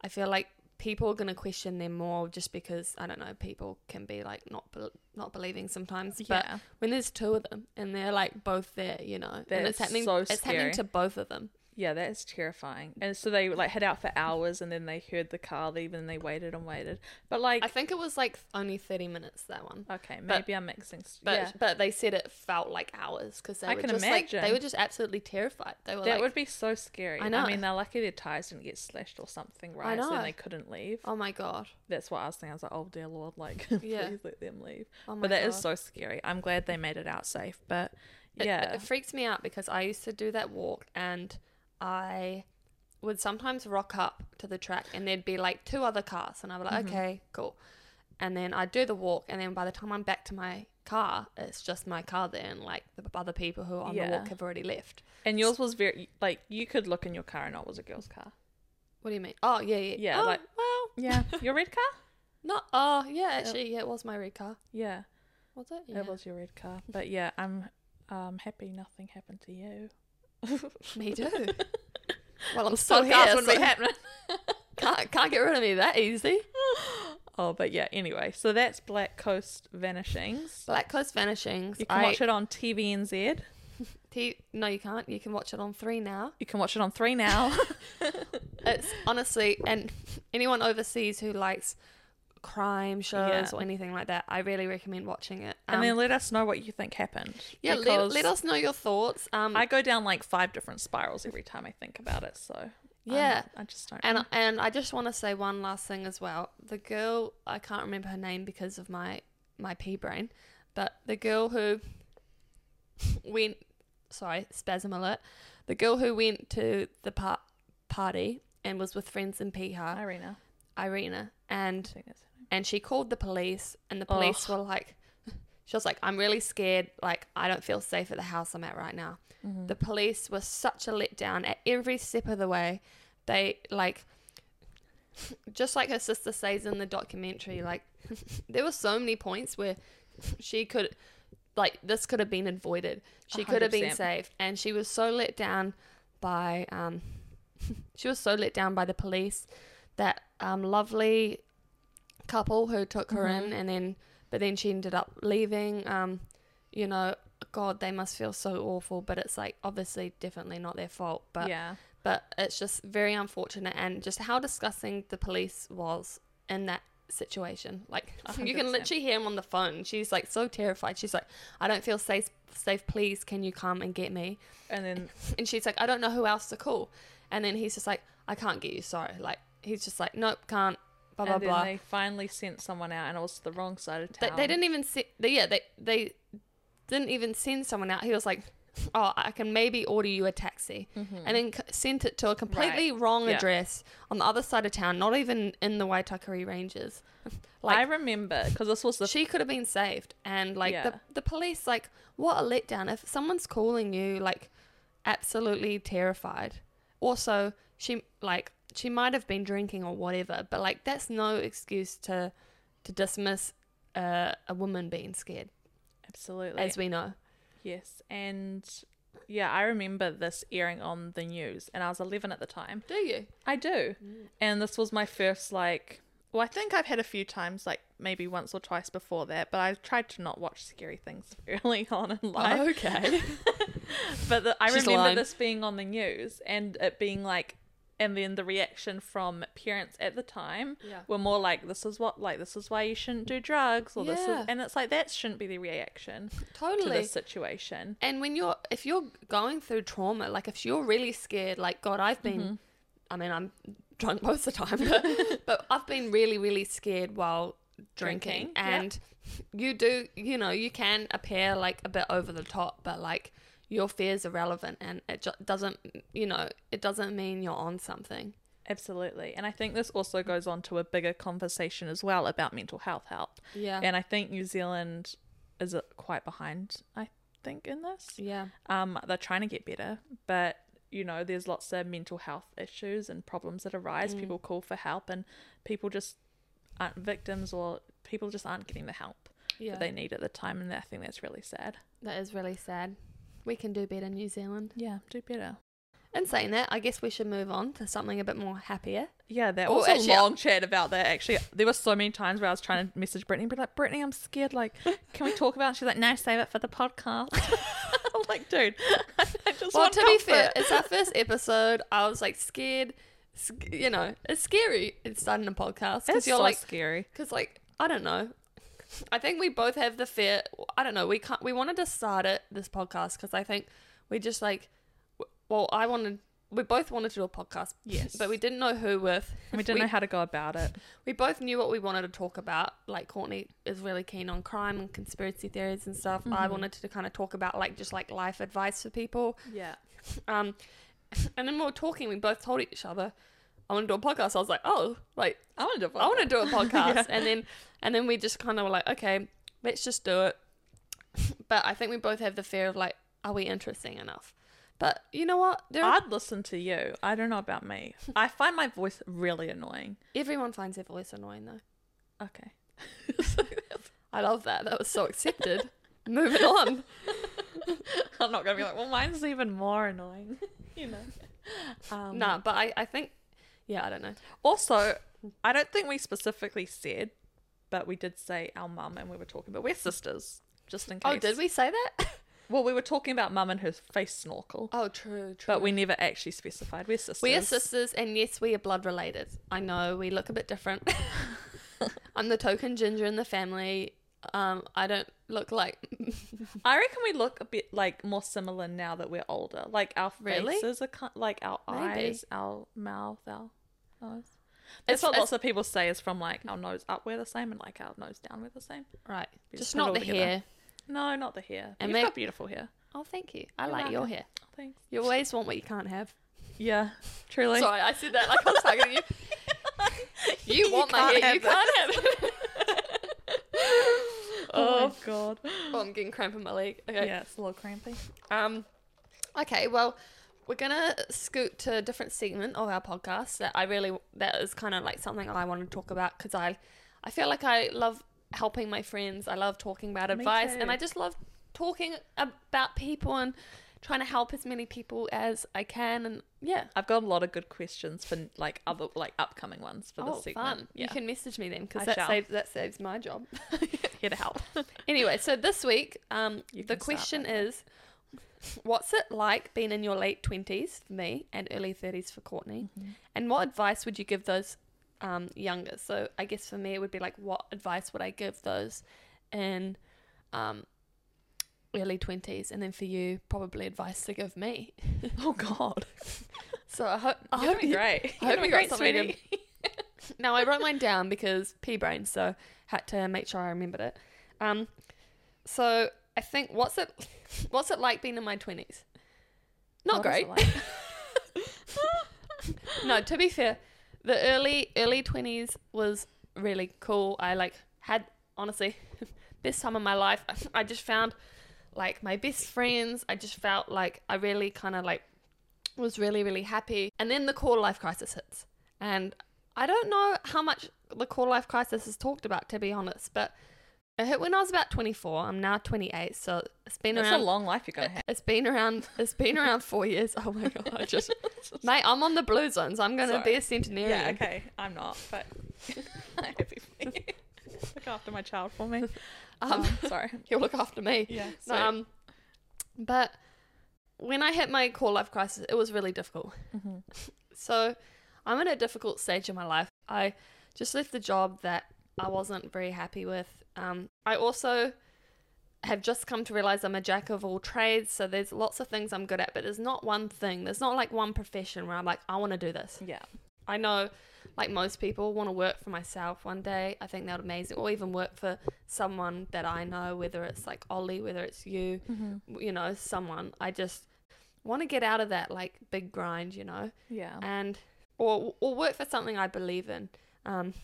S1: I feel like people are gonna question them more just because I don't know. People can be like not bel not believing sometimes. But
S2: Yeah.
S1: when there's two of them and they're like both there, you know, and
S2: That's
S1: it's happening,
S2: so
S1: it's happening
S2: scary.
S1: to both of them.
S2: Yeah, that is terrifying. And so they like head out for hours and then they heard the car leave and they waited and waited. But like
S1: I think it was like only thirty minutes that one.
S2: okay, maybe I'm mixing s-
S1: But
S2: yeah.
S1: but they said it felt like hours because they
S2: I
S1: were
S2: can
S1: just like they
S2: imagine.
S1: were just absolutely terrified. They were
S2: that
S1: like,
S2: would be so scary.
S1: I
S2: I,
S1: know.
S2: mean, they're lucky their tires didn't get slashed or something, right? So
S1: know.
S2: then they couldn't leave.
S1: oh my god,
S2: That's what I was thinking. I was like, oh dear lord, like
S1: Yeah.
S2: please let them leave.
S1: oh my
S2: but that
S1: god.
S2: is so scary. I'm glad they made it out safe. But
S1: It-
S2: yeah,
S1: It, freaks me out because I used to do that walk and I would sometimes rock up to the track and there'd be like two other cars and I'd be like,
S2: Mm-hmm.
S1: okay, cool. And then I'd do the walk and then by the time I'm back to my car, it's just my car there and like the other people who are on the
S2: Yeah.
S1: walk have already left.
S2: and yours was very like you could look in your car and know it was a girl's car.
S1: What do you mean? Oh, yeah, yeah.
S2: Yeah,
S1: oh,
S2: like-
S1: well,
S2: Yeah, your red car.
S1: not, oh, yeah, actually, yeah, it was my red car.
S2: Yeah,
S1: Was it? Yeah.
S2: it was your red car. But yeah, I'm um happy nothing happened to you.
S1: Me too. well, I'm still here, so
S2: happening.
S1: can't, can't get rid of me that easy.
S2: Oh, but yeah. Anyway, so that's Black Coast Vanishings.
S1: Black Coast Vanishings.
S2: You can
S1: I-
S2: watch it on TVNZ.
S1: T- no, you can't. You can watch it on three now.
S2: You can watch it on three now.
S1: It's honestly, and anyone overseas who likes crime shows
S2: Yeah.
S1: or anything like that, I really recommend watching it. Um,
S2: and then let us know what you think happened.
S1: yeah, let,
S2: because
S1: let us know your thoughts. Um,
S2: I go down like five different spirals every time I think about it. So I'm-
S1: Yeah.
S2: I just don't.
S1: and and I just want to say one last thing as well. The girl, I can't remember her name because of my my pea brain, but the girl who went, sorry, spasm alert. The girl who went to the par- party and was with friends in Piha,
S2: Irina, Mm-hmm.
S1: Irina, and
S2: I think that's her name.
S1: and she called the police and the police were like she was like i'm really scared like i don't feel safe at the house i'm at right now the police were such a letdown at every step of the way they like just like her sister says in the documentary like there were so many points where she could like this could have been avoided she could have been
S2: 100%.
S1: saved and she was so let down by um she was so let down by the police that um lovely couple who took her in and then but then she ended up leaving um you know god they must feel so awful but it's like obviously definitely not their fault but
S2: yeah.
S1: but it's just very unfortunate and just how disgusting the police was in that situation like you can
S2: 100%.
S1: literally hear him on the phone she's like so terrified she's like i don't feel safe safe please can you come and get me
S2: And then
S1: and she's like, I don't know who else to call. And then he's just like, I can't get you, sorry. Like, he's just like, nope, can't, blah, blah,
S2: and then
S1: blah. They,
S2: they finally sent someone out, and it was to the wrong side of
S1: they,
S2: town.
S1: didn't even, se- they, yeah, they, they didn't even send someone out. He was like, oh, I can maybe order you a taxi.
S2: Mm-hmm.
S1: And then c- sent it to a completely wrong
S2: Hmm. yeah.
S1: address on the other side of town, not even in the Waitakere Ranges.
S2: I remember because this was the
S1: she could have been saved and like the,
S2: Yeah.
S1: the police like what a letdown if someone's calling you like absolutely terrified also she like she might have been drinking or whatever but like that's no excuse to to dismiss uh, a woman being scared
S2: absolutely
S1: as we know
S2: yes, and yeah, I remember this airing on the news, and I was 11 at the time.
S1: do you
S2: I do.
S1: Mm.
S2: And this was my first like well, I think I've had a few times, like maybe once or twice before that, but I've tried to not watch scary things early on in life.
S1: okay
S2: But the, I
S1: Oh. She's
S2: remember
S1: lying.
S2: this being on the news and it being like, and then the reaction from parents at the time
S1: Yeah.
S2: were more like, "This is what, like, this is why you shouldn't do drugs," or "This
S1: Yeah.
S2: is," and it's like that shouldn't be the reaction to
S1: totally
S2: this situation.
S1: and when you're if you're going through trauma like if you're really scared like god i've been i mean i'm drunk most of the time but, but i've been really really scared while drinking,
S2: Drinking, yeah.
S1: and you do you know you can appear like a bit over the top but like your fears are relevant and it just doesn't you know it doesn't mean you're on something
S2: Absolutely. And I think this also goes on to a bigger conversation as well about mental health help.
S1: Yeah.
S2: And I think New Zealand is uh, quite behind, I think, in this.
S1: yeah
S2: Um, they're trying to get better, but you know, there's Mm. lots of mental health issues and problems that arise. People call for help and people just aren't victims or people just aren't getting the help
S1: Yeah.
S2: that they need at the time, and I think that's really sad.
S1: that is really sad. We can do better, New Zealand.
S2: Yeah, do better.
S1: In saying that, I guess we should move on to something a bit more happier.
S2: Yeah, that
S1: Oh,
S2: was
S1: actually-
S2: a long chat about that. Actually, there were so many times where I was trying to message Brittany, and be like, Brittany, I'm scared. Like, can we talk about? It? She's like, No, save it for the podcast. I'm like, dude, I just
S1: Well,
S2: want
S1: to be fair,
S2: comfort."
S1: it's our first episode. I was like scared. sc- You know, it's scary. It's starting a podcast because
S2: it's
S1: you're
S2: so
S1: like,
S2: scary.
S1: because like I don't know. I think we both have the fear. I don't know. We can't. We wanted to start it this podcast because I think we just like. w- Well, I wanted. We both wanted to do a podcast.
S2: Yes.
S1: but we didn't know who with.
S2: And we didn't know how to go about it.
S1: we both knew what we wanted to talk about. Like Courtney is really keen on crime and conspiracy theories and stuff. I wanted to kind of talk about like just like life advice for people.
S2: Yeah.
S1: Um, and then we were talking. We both told each other, "I want to do a podcast." I was like, "Oh, like
S2: I want to do.
S1: I want to do a podcast." And then and then we just kind of were like, "Okay, let's just do it." But I think we both have the fear of like, are we interesting enough? But you know what? There are,
S2: I'd listen to you. I don't know about me. I find my voice really annoying.
S1: everyone finds their voice annoying though.
S2: Okay.
S1: I love that. That was so accepted. Moving on.
S2: I'm not gonna be like, well, mine's even more annoying. you know. Um,
S1: Nah, but I, I think, yeah, I don't know.
S2: Also, I don't think we specifically said, but we did say our mum and we were talking, but we're sisters, just in case.
S1: Oh, did we say that?
S2: Well, we were talking about mum and her face snorkel,
S1: oh, true, true.
S2: but we never actually specified. We're sisters.
S1: We are sisters, and yes, we are blood related. I know we look a bit different. I'm the token ginger in the family. Um, I don't look like.
S2: I reckon we look a bit like more similar now that we're older. Like our
S1: Really?
S2: faces are kind, like our
S1: Maybe.
S2: eyes, our mouth, our nose. That's what
S1: it's-
S2: lots of people say is from like our nose up we're the same and like our nose down we're the same.
S1: right,
S2: We
S1: just
S2: just put it
S1: not
S2: all
S1: the
S2: together.
S1: hair.
S2: No, not the hair.
S1: And
S2: And
S1: may-
S2: You've got beautiful hair.
S1: Oh, thank you. I
S2: You're
S1: like your
S2: welcome.
S1: hair.
S2: Oh, thanks.
S1: You always want what you can't have.
S2: Yeah, truly.
S1: Sorry, I said that like I was talking to you. You want my
S2: can't
S1: hair, you
S2: have that.
S1: can't have it.
S2: Oh,
S1: Oh.
S2: my god.
S1: oh, I'm getting cramp in my leg. Okay.
S2: Yeah, it's a little crampy.
S1: Um, okay, well, we're gonna scoot to a different segment of our podcast that I really that is kind of like something I want to talk about because I, I feel like I love helping my friends. I love talking about
S2: Me
S1: advice, and
S2: too.
S1: I just love talking about people and trying to help as many people as I can. And yeah,
S2: I've got a lot of good questions for like other like upcoming ones for
S1: oh,
S2: this segment.
S1: fun!
S2: Yeah,
S1: You can message me then because
S2: I
S1: that
S2: shall.
S1: saves that saves my job.
S2: here to help.
S1: Anyway, so this week, um,
S2: You can
S1: the
S2: start
S1: question
S2: that one.
S1: is, what's it like being in your late twenties for me and early thirties for Courtney,
S2: Mm-hmm.
S1: and what advice would you give those um, younger? So I guess for me it would be like, what advice would I give those in um, early twenties, and then for you probably advice to give me.
S2: oh god,
S1: So I hope I
S2: you're
S1: hope
S2: doing
S1: you,
S2: great.
S1: I
S2: You're
S1: hope you
S2: doing
S1: got
S2: great,
S1: something to-
S2: sweetie.
S1: Now I wrote mine down because pea brain, so had to make sure I remembered it. Um, so I think what's it what's it like being in my twenties? Not
S2: What is
S1: great.
S2: it like?
S1: no, to be fair, the early early twenties was really cool. I like had honestly best time of my life. I just found like my best friends. I just felt like I really kind of like was really really happy. And then the core life crisis hits, and I don't know how much the core life crisis is talked about to be honest, but it hit when I was about 24. I'm now 28, so it's been
S2: That's a
S1: around
S2: long life you're gonna have.
S1: it's been around. It's been around four years. Oh my god! I just, mate, I'm on the blue zones. I'm gonna be
S2: Sorry.
S1: a centenarian.
S2: Yeah, okay, I'm not, but I'm happy for you. Look after my child for me.
S1: Um,
S2: Um, sorry.
S1: He'll look after me.
S2: Yeah.
S1: No,
S2: sweet.
S1: um, but when I hit my core life crisis, it was really difficult.
S2: Mhm.
S1: So I'm in a difficult stage in my life. I just left the job that I wasn't very happy with. Um, I also have just come to realize I'm a jack of all trades. So there's lots of things I'm good at, but there's not one thing. There's not like one profession where I'm like, I want to do this.
S2: Yeah.
S1: I know, like most people, want to work for myself one day. I think that would be amazing, or even work for someone that I know, whether it's like Ollie, whether it's you, you know, someone. I just want to get out of that like big grind, you know,
S2: Yeah.
S1: and or or work for something I believe in. Um,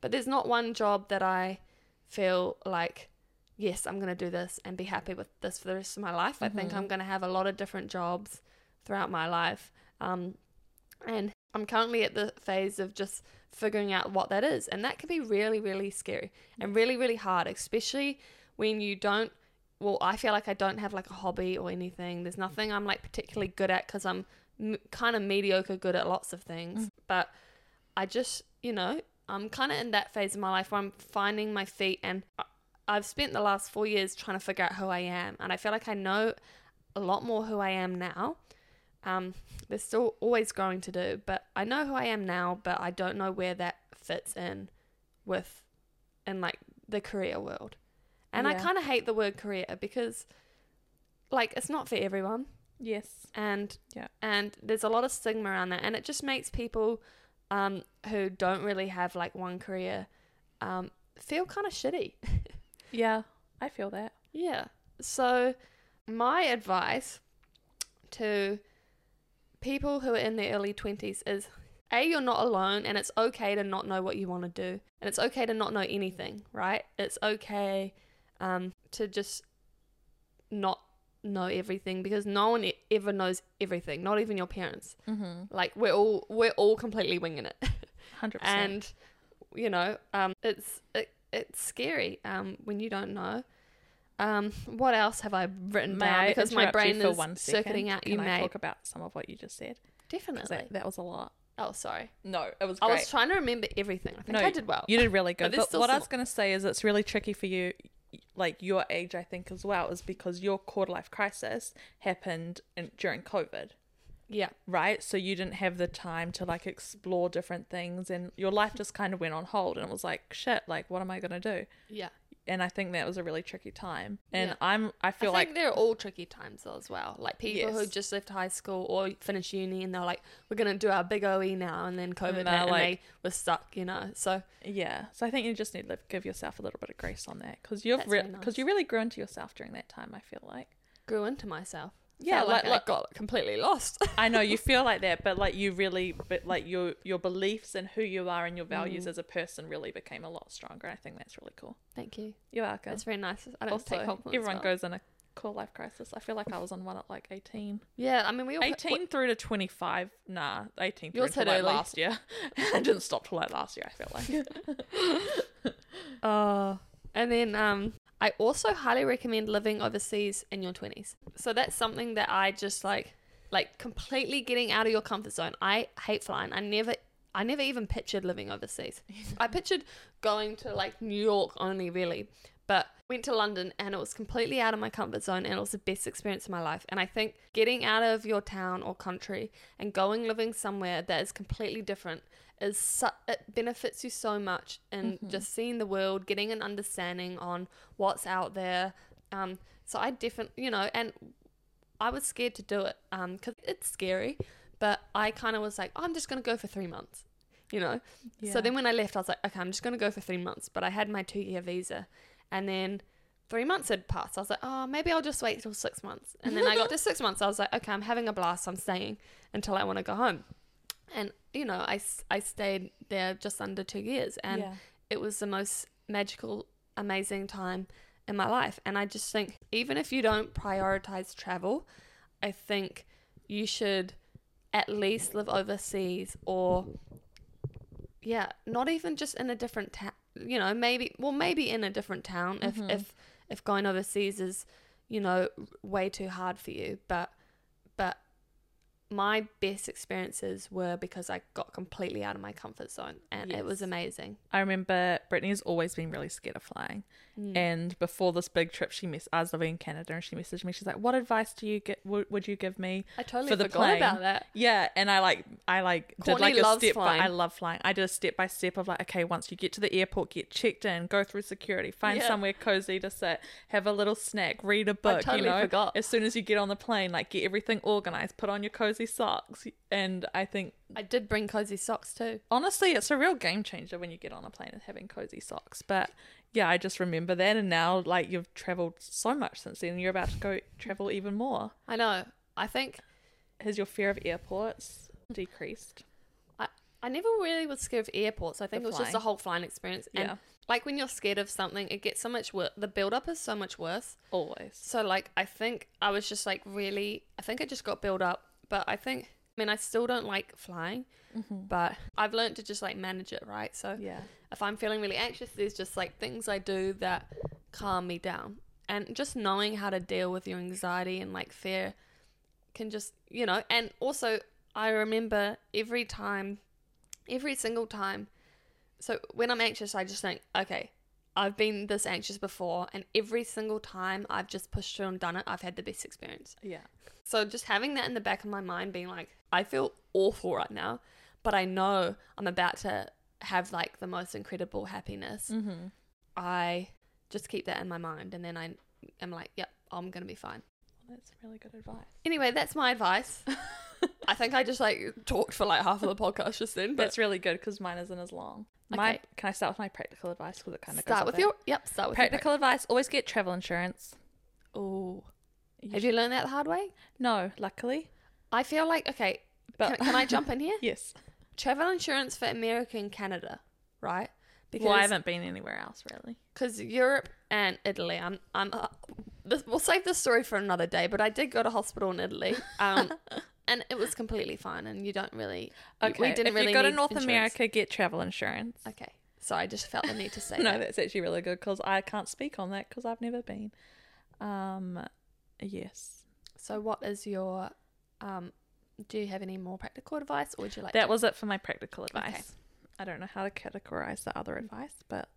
S1: but there's not one job that I feel like, yes, I'm gonna do this and be happy with this for the rest of my life. I think
S2: Mhm.
S1: I'm gonna have a lot of different jobs throughout my life. Um, and I'm currently at the phase of just figuring out what that is. And that can be really, really scary and really, really hard, especially when you don't. Well, I feel like I don't have like a hobby or anything. There's nothing I'm like particularly good at because I'm m- kind of mediocre good at lots of things. But I just, you know, I'm kind of in that phase of my life where I'm finding my feet and I- I've spent the last four years trying to figure out who I am. And I feel like I know a lot more who I am now. Um, there's still always growing to do, but I know who I am now, but I don't know where that fits in with in like the career world. And I
S2: Yeah.
S1: kind of hate the word career because like it's not for everyone
S2: Yes.
S1: and
S2: Yeah.
S1: and there's a lot of stigma around that and it just makes people um who don't really have like one career um feel kind of shitty
S2: Yeah, I feel that.
S1: yeah so my advice to people who are in their early 20s is a you're not alone and it's okay to not know what you want to do and it's okay to not know anything right it's okay um to just not know everything because no one e- ever knows everything not even your parents
S2: Mm-hmm.
S1: like we're all we're all completely winging it
S2: 100%.
S1: and you know um it's it, it's scary um when you don't know um what else have i written
S2: May
S1: down
S2: I
S1: because my
S2: interrupt you
S1: brain
S2: for
S1: is
S2: one second?
S1: circuiting out
S2: Can
S1: you
S2: I
S1: may
S2: talk about some of what you just said? 'Cause
S1: definitely
S2: That, that was a lot.
S1: oh sorry
S2: No, it was
S1: i was trying to remember everything i
S2: No,
S1: think i did well
S2: you did really
S1: But
S2: good.
S1: there's
S2: But,
S1: still
S2: what I
S1: some-
S2: was going to say is it's really tricky for you, like your age, I think, as well, is because your quarter life crisis happened in, during COVID,
S1: yeah
S2: right? So you didn't have the time to like explore different things and your life just kind of went on hold and it was like, shit, like, what am I going to do?
S1: yeah
S2: And I think that was a really tricky time. And
S1: Yeah.
S2: I'm, I
S1: I
S2: feel
S1: think
S2: like
S1: they're all tricky times though as well. Like people who
S2: Yes.
S1: just left high school or finished uni and they're like, "We're gonna do our big OE now," and then
S2: they're
S1: COVID hit and
S2: like-
S1: they were stuck, you know. So
S2: Yeah, so I think you just need to give yourself a little bit of grace on that because you've
S1: That's
S2: because
S1: very nice.
S2: you really grew into yourself during that time. I feel like
S1: grew into myself.
S2: Yeah,
S1: Felt like,
S2: like- like-
S1: I got completely lost.
S2: I know you feel like that, but like you really, but like your your beliefs and who you are and your
S1: Mm.
S2: values as a person really became a lot stronger. I think that's really cool.
S1: Thank you.
S2: You're welcome.
S1: That's very nice. I don't
S2: also,
S1: take compliments.
S2: everyone
S1: well.
S2: goes in a cool life crisis. I feel like I was on one at like eighteen.
S1: Yeah, I mean, we all
S2: 18 through to 25 nah 18 through
S1: Yours
S2: to
S1: hit
S2: like
S1: early.
S2: last year i didn't stop till like last year i Uh, felt like
S1: Oh, and then um, I also highly recommend living overseas in your twenties. So that's something that I just like, like completely getting out of your comfort zone. I hate flying. I never. I never even pictured living overseas. I pictured going to like New York only really, but went to London and it was completely out of my comfort zone and it was the best experience of my life. And I think getting out of your town or country and going living somewhere that is completely different is su- it benefits you so much in just seeing the world, getting an understanding on what's out there. Um, so I definitely, you know, and I was scared to do it because it's scary, but I kind of was like, oh, I'm just going to go for three months, you know? So
S2: Yeah.
S1: then when I left, I was like, okay, I'm just going to go for three months. But I had my two year visa. And then three months had passed. I was like, oh, maybe I'll just wait till six months. And then I got to six months. I was like, okay, I'm having a blast. I'm staying until I want to go home. And, you know, I, s- I stayed there just under two years. And
S2: Yeah.
S1: it was the most magical, amazing time in my life. And I just think, even if you don't prioritize travel, I think you should at least live overseas or, yeah, not even just in a different town. you know, maybe, well, maybe in a different town if, if, if going overseas is, you know, way too hard for you. But, but my best experiences were because I got completely out of my comfort zone and it was
S2: Yes.
S1: amazing.
S2: I remember Brittany's always been really scared of flying.
S1: Mm.
S2: And before this big trip, she mess- I was living in Canada and she messaged me. She's like, "What advice do you get? W- would you give me
S1: I totally
S2: for the
S1: forgot
S2: plane?"
S1: about that.
S2: Yeah, and I like I like
S1: Courtney
S2: did like a
S1: loves
S2: step. By,
S1: flying.
S2: I love flying. I did a step by step of like, okay, once you get to the airport, get checked in, go through security, find
S1: Yeah.
S2: somewhere cozy to sit, have a little snack, read a book.
S1: totally
S2: you know,
S1: forgot.
S2: as soon as you get on the plane, like get everything organized, put on your cozy socks, and I think
S1: I did bring cozy socks too.
S2: honestly, it's a real game changer when you get on a plane and having cozy socks. But yeah, I just remember that, and now like you've traveled so much since then, you're about to go travel even more.
S1: I know. I think
S2: Has your fear of airports decreased?
S1: I, I never really was scared of airports. I think
S2: The
S1: it was just
S2: flying.
S1: the whole flying experience. And
S2: Yeah.
S1: like when you're scared of something, it gets so much worse. The build up is so much worse.
S2: Always.
S1: So like I think I was just like really I think I just got built up, but I think I mean, I still don't like flying,
S2: Mm-hmm.
S1: but I've learned to just like manage it, right? So
S2: Yeah.
S1: if I'm feeling really anxious, there's just like things I do that calm me down. And just knowing how to deal with your anxiety and like fear can just, you know, and also I remember every time, every single time. So when I'm anxious, I just think, okay, I've been this anxious before, and every single time I've just pushed through and done it, I've had the best experience.
S2: Yeah.
S1: So just having that in the back of my mind, being like, I feel awful right now, but I know I'm about to have like the most incredible happiness.
S2: Mm-hmm.
S1: I just keep that in my mind, and then I am like, yep, I'm gonna be fine.
S2: That's really good advice.
S1: Anyway, that's my advice. I think I just like talked for like half of the podcast just then, but
S2: That's really good because mine isn't as long. My
S1: Okay.
S2: can I start with my practical advice because it kind of
S1: start with your yep, start with
S2: practical advice. Always get travel insurance.
S1: Oh,
S2: You
S1: have you learned that the hard way?
S2: No, luckily,
S1: I feel like okay.
S2: but
S1: can, can I jump in here?
S2: yes.
S1: Travel insurance for America and Canada, right?
S2: well, I haven't been anywhere else really.
S1: because Europe and Italy. I'm I'm. Uh, this, we'll save this story for another day. But I did go to hospital in Italy, um, and it was completely fine. And you don't really. you-
S2: Okay,
S1: we didn't
S2: if
S1: really
S2: you go to
S1: need
S2: North
S1: insurance.
S2: America, get travel insurance.
S1: Okay, so I just felt the need to say
S2: no,
S1: that.
S2: that's actually really good because I can't speak on that because I've never been. Um, yes,
S1: So, what is your? Um, do you have any more practical advice, or would you like
S2: that
S1: to
S2: was it for my practical advice. I don't know how to categorize the other advice, but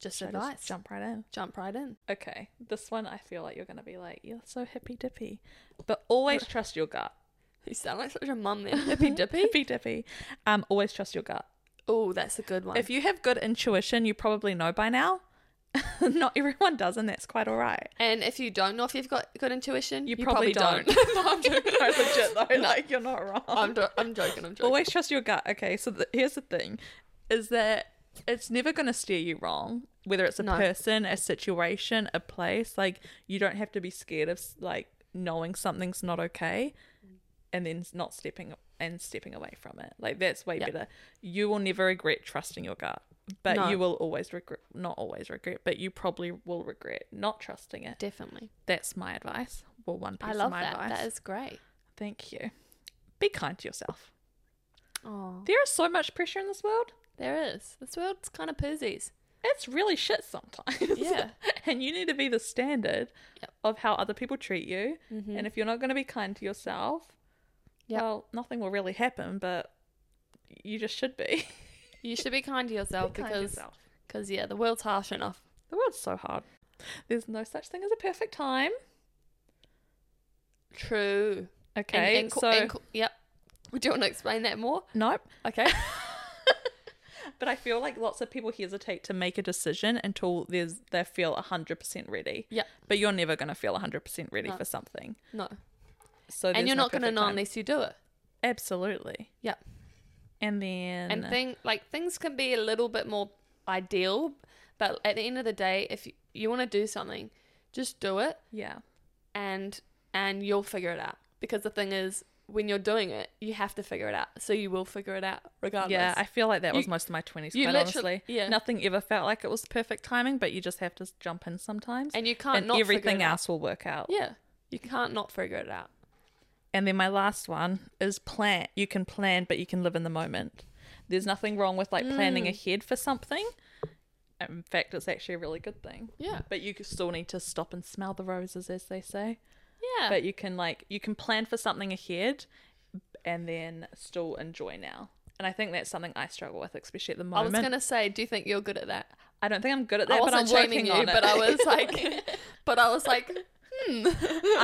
S1: just
S2: should I just
S1: advice? jump
S2: jump right in.
S1: jump right in.
S2: Okay, this one I feel like you're gonna be like, you're so hippy dippy, but always trust your gut.
S1: You sound like such a mum there. Hippy dippy.
S2: Hippy dippy. Um, always trust your gut.
S1: oh, that's a good one.
S2: If you have good intuition, you probably know by now. Not everyone does, and that's quite all right.
S1: and if you don't know if you've got good intuition,
S2: You, probably, don't.
S1: no, I'm joking.
S2: no, legit though, like you're not wrong.
S1: I'm, do- I'm joking. I'm joking.
S2: always trust your gut. Okay, so the, here's the thing, is that it's never gonna steer you wrong. Whether it's a
S1: No.
S2: person, a situation, a place, like you don't have to be scared of like knowing something's not okay, and then not stepping and stepping away from it. Like that's way
S1: Yeah.
S2: better. You will never regret trusting your gut, but
S1: No.
S2: you will always regret. Not always regret, but you probably will regret not trusting it.
S1: Definitely.
S2: That's my advice. Well, one piece
S1: I love
S2: of my
S1: that.
S2: advice.
S1: That is great.
S2: Thank you. Be kind to yourself.
S1: Oh,
S2: There is so much pressure in this world.
S1: there is. This world's kind of poozies.
S2: It's really shit sometimes.
S1: Yeah.
S2: and you need to be the standard
S1: Yep.
S2: of how other people treat you.
S1: Mhm.
S2: And if you're not going to be kind to yourself,
S1: Yep.
S2: well, nothing will really happen, but you just should be.
S1: You should be kind to
S2: Be kind
S1: yourself
S2: to
S1: because,
S2: yourself.
S1: because yeah, the world's harsh enough.
S2: the world's so hard. There's no such thing as a perfect time.
S1: True. And-
S2: Okay.
S1: and co-
S2: so,
S1: and co- yep. Do you want to explain that more?
S2: nope.
S1: Okay.
S2: But I feel like lots of people hesitate to make a decision until there's they feel 100% ready.
S1: Yep.
S2: But you're never going to feel 100% ready
S1: No.
S2: for something.
S1: No.
S2: So
S1: and
S2: there's
S1: you're
S2: no
S1: not going to
S2: perfect
S1: know
S2: time.
S1: unless you do it.
S2: Absolutely.
S1: Yep.
S2: And then
S1: And thing like things can be a little bit more ideal, but at the end of the day, if you, you want to do something, just do it.
S2: yeah,
S1: and and you'll figure it out because the thing is when you're doing it you have to figure it out so you will figure it out regardless
S2: yeah, I feel like that was
S1: You-
S2: most of my twenties.
S1: you
S2: Quite
S1: literally-
S2: honestly,
S1: yeah.
S2: nothing ever felt like it was perfect timing, but you just have to jump in sometimes,
S1: and you can't not figure
S2: everything
S1: it out.
S2: else will work out.
S1: yeah you can't not figure it out
S2: And then my last one is plan. You can plan, but you can live in the moment. There's nothing wrong with like
S1: Mm.
S2: planning ahead for something. In fact, it's actually a really good thing.
S1: yeah
S2: But you still need to stop and smell the roses, as they say.
S1: yeah
S2: But you can like you can plan for something ahead and then still enjoy now. And I think that's something I struggle with, especially at the
S1: i
S2: moment.
S1: was gonna say do you think you're good at that
S2: I don't think I'm good at
S1: i
S2: that, but I'm
S1: wasn't
S2: working
S1: shaming
S2: on
S1: you
S2: it.
S1: but i was like but i was like hmm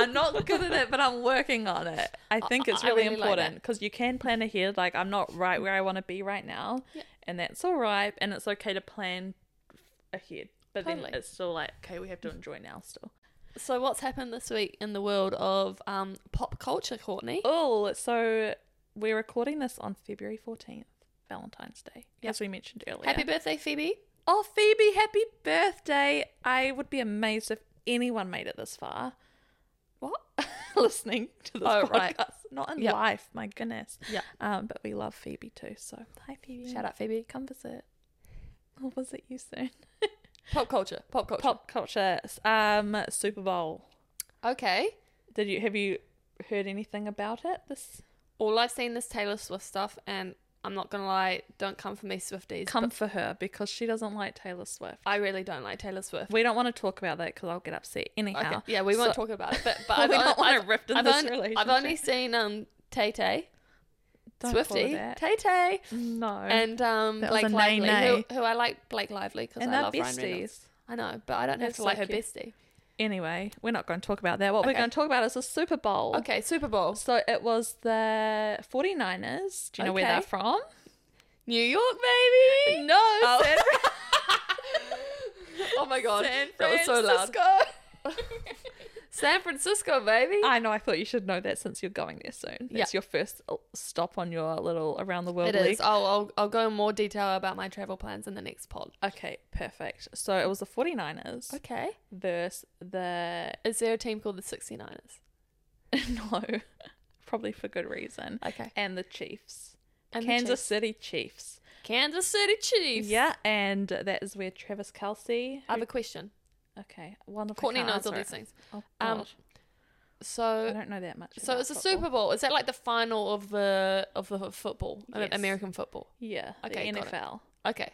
S2: I'm not good at it, but I'm working on it. I think it's
S1: I
S2: really,
S1: really like that.
S2: important because you can plan ahead. Like I'm not right where I want to be right now,
S1: Yeah.
S2: and that's all right. And it's okay to plan ahead, but
S1: Totally.
S2: then it's still like okay, we have to enjoy now still.
S1: so what's happened this week in the world of um pop culture courtney
S2: Oh, so we're recording this on February 14th, Valentine's Day, as we mentioned earlier.
S1: happy birthday phoebe
S2: Oh, Phoebe, happy birthday. I would be amazed if anyone made it this far. What? Listening to this
S1: Oh,
S2: podcast.
S1: right.
S2: Not in
S1: Yep.
S2: life, my goodness.
S1: Yeah.
S2: Um, but we love Phoebe too. So, hi, Phoebe.
S1: shout out phoebe
S2: Come visit. I'll visit you soon.
S1: pop culture pop culture
S2: Pop culture. Um, Super Bowl.
S1: okay
S2: Did you have you heard anything about it? This
S1: all I've seen this Taylor Swift stuff, and I'm not gonna lie, don't come for me, Swifties.
S2: Come for her because she doesn't like Taylor Swift.
S1: I really don't like Taylor Swift.
S2: We don't want to talk about that because I'll get upset anyhow.
S1: Yeah, we won't
S2: So-
S1: talk about it. But but
S2: Well,
S1: I've,
S2: we
S1: on-
S2: don't want
S1: I've-
S2: to rift in
S1: I've
S2: this
S1: on-
S2: relationship.
S1: I've only seen um Tay Tay
S2: Don't call her
S1: Swifty
S2: that.
S1: Tay Tay
S2: No.
S1: and um
S2: That was
S1: Blake
S2: a
S1: Lively, who,
S2: nay-nay.
S1: who I like Blake Lively because
S2: and
S1: I
S2: they're
S1: love Ryan
S2: besties.
S1: Reynolds. I know, but I don't have
S2: That's
S1: to like
S2: so
S1: her
S2: cute.
S1: bestie.
S2: Anyway, we're not going to talk about that. What we're
S1: Okay.
S2: going to talk about is the Super Bowl.
S1: Okay, Super Bowl,
S2: So it was the 49ers. Do you know where
S1: Okay.
S2: they're from?
S1: New York, baby.
S2: No.
S1: Oh.
S2: San
S1: oh my god,
S2: San
S1: that was so loud.
S2: Francisco.
S1: San Francisco, baby.
S2: I know. I thought you should know that since you're going there soon.
S1: Yeah.
S2: That's your first uh, stop on your little around the world
S1: It
S2: league.
S1: is. I'll, I'll I'll go in more detail about my travel plans in the next pod.
S2: Okay, perfect. So it was the 49ers
S1: Okay.
S2: versus the
S1: Is there a team called the 69ers?
S2: no, probably for good reason,
S1: Okay.
S2: and the Chiefs,
S1: And the
S2: Kansas
S1: Chiefs.
S2: City Chiefs.
S1: Kansas City Chiefs.
S2: Yeah, and that is where Travis Kelsey.
S1: I have a question.
S2: okay, one of
S1: Courtney knows all these things.
S2: Oh,
S1: Um,
S2: God, I
S1: So
S2: don't know that much.
S1: so
S2: about
S1: it's a
S2: football.
S1: Super Bowl. Is that like the final of the of the football, uh,
S2: Yes.
S1: American football?
S2: Yeah,
S1: Okay,
S2: okay, the
S1: got it.
S2: NFL.
S1: Okay.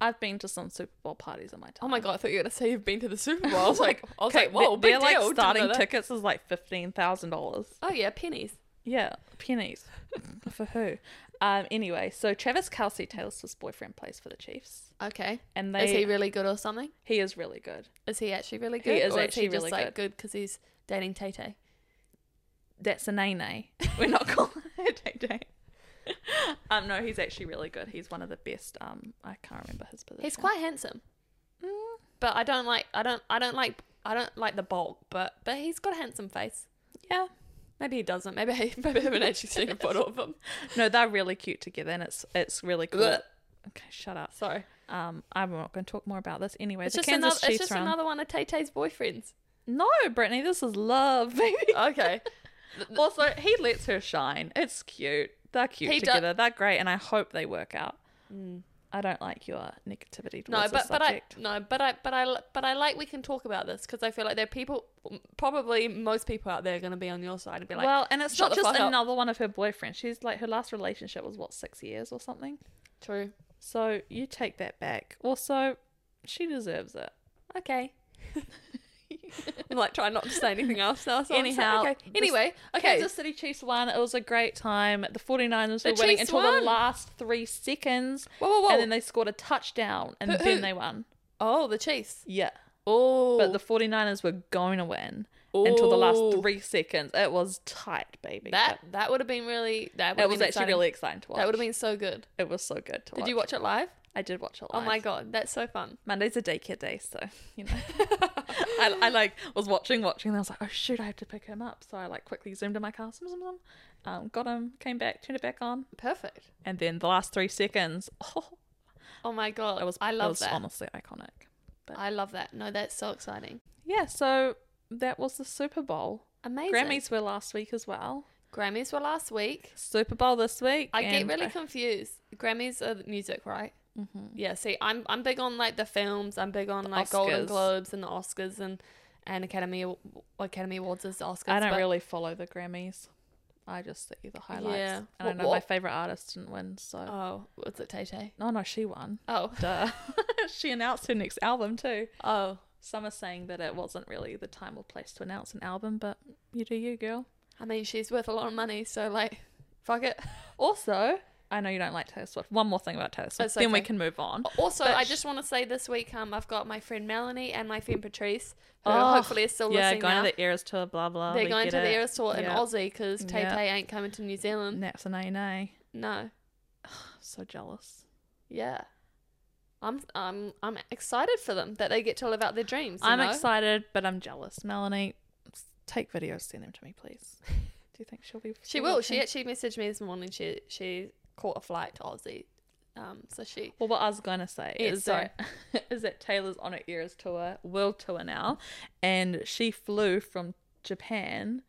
S2: I've been to some Super Bowl parties in my time.
S1: Oh my god, I thought you were gonna say you've been to the Super Bowl. I was like, I was
S2: Okay,
S1: like, whoa,
S2: they-
S1: big
S2: they're like
S1: deal. Didn't know
S2: starting
S1: that.
S2: tickets is like fifteen thousand dollars.
S1: Oh yeah, pennies.
S2: Yeah, pennies for who? Um, anyway, so Travis Kelsey, Taylor Swift's boyfriend, plays for the Chiefs,
S1: Okay.
S2: and they
S1: Is he really good or something?
S2: he is really good.
S1: Is he actually really
S2: He
S1: good?
S2: is
S1: or
S2: actually
S1: is he just
S2: really
S1: like good because he's dating Tay Tay?
S2: That's a nay nay. We're not calling it day day. Um, no, he's actually really good. He's one of the best. Um, I can't remember his position.
S1: He's quite handsome.
S2: Mm,
S1: but I don't like I don't I don't like I don't like the bulk, but but he's got a handsome face.
S2: yeah.
S1: Maybe he doesn't. Maybe I, maybe I haven't actually seen a photo of him.
S2: No, they're really cute together, and it's it's really cool.
S1: Ugh.
S2: Okay, shut up.
S1: Sorry,
S2: Um, I'm not going to talk more about this anyway.
S1: it's
S2: the
S1: just
S2: Kansas
S1: another it's
S2: Chiefs
S1: just
S2: are on-
S1: another one of Tay Tay's boyfriends.
S2: No, Brittany, this is love, baby.
S1: Okay,
S2: also, he lets her shine. It's cute. They're cute
S1: He do-
S2: together. They're great, and I hope they work out. I don't like your negativity towards
S1: no,
S2: the
S1: but but I
S2: subject.
S1: no, but I but I li- but I like we can talk about this because I feel like there are people, probably most people out there are going to be on your side and be like,
S2: well, and it's
S1: shut
S2: not
S1: the
S2: just
S1: fuck up.
S2: another one of her boyfriends. She's like her last relationship was what six years or something.
S1: true,
S2: So you take that back. Also, she deserves it.
S1: okay. I'm like trying not to say anything else now. So I'm just like,
S2: Anyhow,
S1: okay.
S2: this-
S1: anyway, okay.
S2: Kansas City Chiefs won. It was a great time. The 49ers
S1: The
S2: were winning
S1: Chiefs
S2: until
S1: won.
S2: the last three seconds,
S1: whoa, whoa, whoa!
S2: and then they scored a touchdown, and
S1: Who- who-
S2: then they won.
S1: oh, the Chiefs.
S2: Yeah.
S1: Oh,
S2: but the 49ers were going to win until the last
S1: Ooh.
S2: three seconds. It was tight, baby.
S1: That that would have been really that
S2: it
S1: would have
S2: was
S1: been
S2: actually
S1: exciting.
S2: really exciting to watch.
S1: that would have been so good.
S2: It was so good to
S1: Did
S2: watch.
S1: you watch it live?
S2: I did watch it.
S1: Oh my
S2: live.
S1: god, that's so fun.
S2: Monday's a daycare day, so you know. I, I like was watching, watching, and I was like, oh shoot, I have to pick him up. So I like quickly zoomed in my car, zoom, zoom, zoom, um, got him, came back, turned it back on,
S1: Perfect.
S2: and then the last three seconds, oh,
S1: Oh my god,
S2: it was.
S1: I
S2: it
S1: love
S2: was
S1: that.
S2: Honestly, iconic.
S1: I love that. No, that's so exciting.
S2: Yeah, so that was the Super Bowl.
S1: Amazing.
S2: Grammys were last week as well.
S1: Grammys were last week.
S2: Super Bowl this week.
S1: I get
S2: and- Mm-hmm.
S1: really confused. Grammys are the music, right? Yeah. See, I'm I'm big on like the films. I'm big on like Golden
S2: Oscars.
S1: Globes and the Oscars and and Academy Aw- Academy Awards is the Oscars.
S2: I don't
S1: but-
S2: really follow the Grammys. I just see the highlights.
S1: Yeah.
S2: And I
S1: What-
S2: know my
S1: what-
S2: favorite artist didn't win, so
S1: Oh, what's it, Tay Tay?
S2: no, no, she won.
S1: Oh,
S2: Duh. uh, she announced her next album too.
S1: oh,
S2: Some are saying that it wasn't really the time or place to announce an album, but you do you, girl.
S1: I mean, she's worth a lot of money, so like, fuck it.
S2: Also, I know you don't like Taylor Swift. One more thing about Taylor Swift,
S1: That's
S2: then we
S1: okay. Oh,
S2: can move on.
S1: Also,
S2: But
S1: I
S2: sh-
S1: just want to say this week, um, I've got my friend Melanie and my friend Patrice, who
S2: Oh,
S1: hopefully is still
S2: yeah,
S1: listening
S2: going
S1: now.
S2: to the Eras tour, blah blah.
S1: They're
S2: we
S1: going
S2: get
S1: to the
S2: it.
S1: Eras tour in
S2: Yeah.
S1: Aussie because Tay
S2: Yeah.
S1: Tay ain't coming to New Zealand.
S2: Naps and A and A.
S1: No,
S2: So jealous.
S1: yeah, I'm I'm I'm excited for them that they get to live out their dreams. you
S2: I'm
S1: know?
S2: excited, but I'm jealous. Melanie, s- take videos, send them to me, please. Do you think she'll be?
S1: She will. She actually messaged me this morning. She she caught a flight to Aussie, um, so she
S2: Well, what I was gonna say
S1: Yeah,
S2: is
S1: sorry.
S2: that is that Taylor's on her Eras tour, world tour now, and she flew from Japan.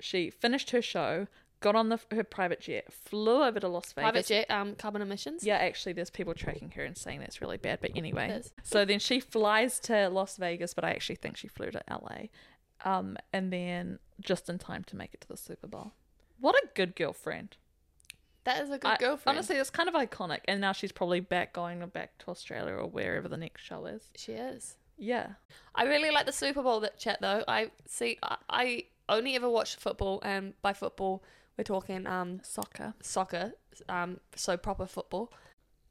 S2: She finished her show, got on the her private jet, flew over to Las Vegas.
S1: private jet um carbon emissions.
S2: Yeah, actually, there's people tracking her and saying that's really bad. But
S1: It
S2: anyway,
S1: is.
S2: so then she flies to Las Vegas, but I actually think she flew to LA, um, and then just in time to make it to the Super Bowl. What a good girlfriend!
S1: That is a good
S2: I-
S1: girlfriend.
S2: Honestly, it's kind of iconic. And now she's probably back going back to Australia or wherever the next show is.
S1: she is.
S2: Yeah.
S1: I really like the Super Bowl that chat though. I see. I, I only ever watch football, and by football, we're talking um
S2: Soccer.
S1: soccer, um so proper football.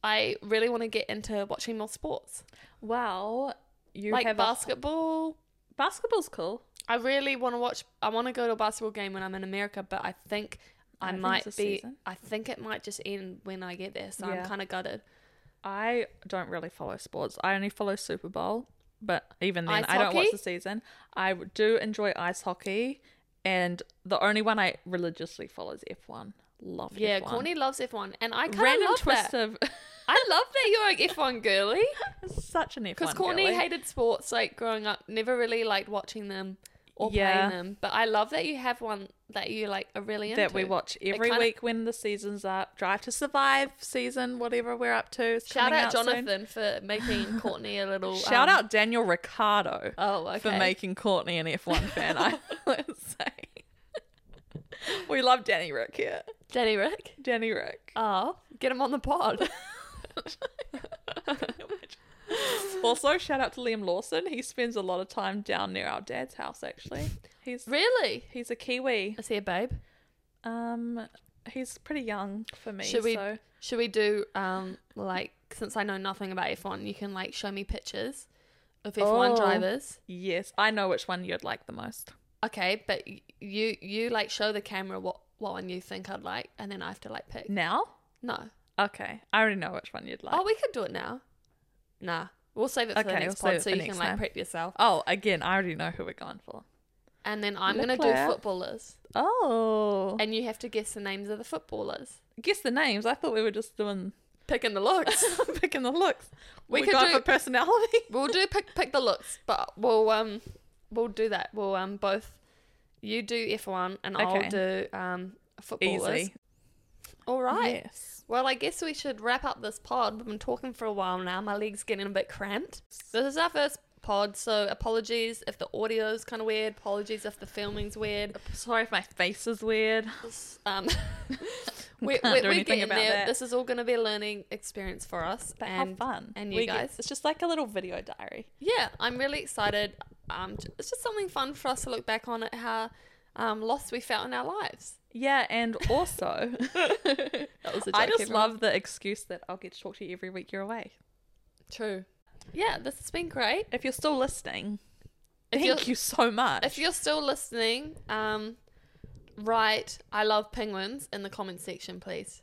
S1: I really want to get into watching more sports,
S2: Wow. You
S1: like
S2: have a,
S1: basketball.
S2: basketball's cool.
S1: I really want to watch. I want to go to a basketball game when I'm in America, but I think
S2: I
S1: I,
S2: don't think
S1: might be.
S2: it's this season.
S1: I think it might just end when I get there, so
S2: Yeah.
S1: I'm kind of gutted.
S2: I don't really follow sports. I only follow Super Bowl, but even then,
S1: Ice
S2: I don't watch
S1: hockey?
S2: the season. I do enjoy ice hockey, and the only one I religiously follow is F1. Love
S1: Yeah,
S2: F1.
S1: Courtney loves F1, and I kind of
S2: Random
S1: love
S2: twist
S1: that.
S2: of
S1: I love that you're an F1 girly
S2: such an F1.
S1: because Courtney
S2: girly.
S1: hated sports like growing up. Never really liked watching them or
S2: Yeah.
S1: playing them. But I love that you have one that you like are really into.
S2: that we watch every
S1: kinda-
S2: week when the season's up. Drive to Survive season, whatever we're up to. is
S1: Shout
S2: coming
S1: out
S2: soon.
S1: Jonathan for making Courtney a little
S2: Shout
S1: um,
S2: out Daniel Ricardo
S1: Oh, okay.
S2: for making Courtney an F1 fan. I would say we love Danny Rick here.
S1: Jenny Rick.
S2: Danny Rick.
S1: Oh, get him on the pod.
S2: also, shout out to Liam Lawson. He spends a lot of time down near our dad's house. Actually, he's
S1: really?
S2: he's a Kiwi.
S1: Is he a babe?
S2: Um, he's pretty young for me.
S1: Should we-
S2: So.
S1: Should we do um like since I know nothing about F1, you can like show me pictures of F1
S2: Oh.
S1: drivers.
S2: Yes, I know which one you'd like the most.
S1: Okay, but y- you you like show the camera what what one you think I'd like, and then I have to like pick.
S2: Now?
S1: No.
S2: Okay, I already know which one you'd like.
S1: Oh, we could do it now. Nah, we'll save it for
S2: Okay,
S1: the next
S2: we'll save
S1: pod
S2: it
S1: so
S2: for
S1: you
S2: next
S1: can like
S2: time.
S1: prep yourself.
S2: Oh, again, I already know who we're going for.
S1: And then I'm gonna
S2: Leclerc.
S1: do footballers,
S2: Oh,
S1: and you have to guess the names of the footballers.
S2: guess the names. I thought we were just doing
S1: Picking the looks.
S2: picking the looks.
S1: We
S2: We're
S1: could
S2: going
S1: do-
S2: for personality.
S1: we'll do pick pick the looks, but we'll um we'll do that. We'll um both you do F one and
S2: Okay.
S1: I'll do um footballers.
S2: Easy.
S1: All right.
S2: Yes.
S1: Well, I guess we should wrap up this pod. We've been talking for a while now. My leg's getting a bit cramped. This is our first pod, so apologies if the audio's kind of weird. Apologies if the filming's weird.
S2: Sorry if my face is weird.
S1: Um, we,
S2: Can't
S1: we,
S2: do
S1: we're
S2: anything
S1: getting
S2: about
S1: there.
S2: that.
S1: This is all going to be a learning experience for us.
S2: But
S1: and,
S2: how fun!
S1: And you
S2: We get-
S1: guys.
S2: it's just like a little video diary.
S1: Yeah, I'm really excited. Um, j- it's just something fun for us to look back on at how um, lost we felt in our lives.
S2: Yeah, and also,
S1: That was a
S2: I
S1: joke,
S2: just
S1: everyone.
S2: love the excuse that I'll get to talk to you every week you're away.
S1: True. Yeah, this has been great.
S2: If you're still listening,
S1: If
S2: thank
S1: you're-
S2: you so much.
S1: If you're still listening, um, write "I love penguins" in the comment section, please.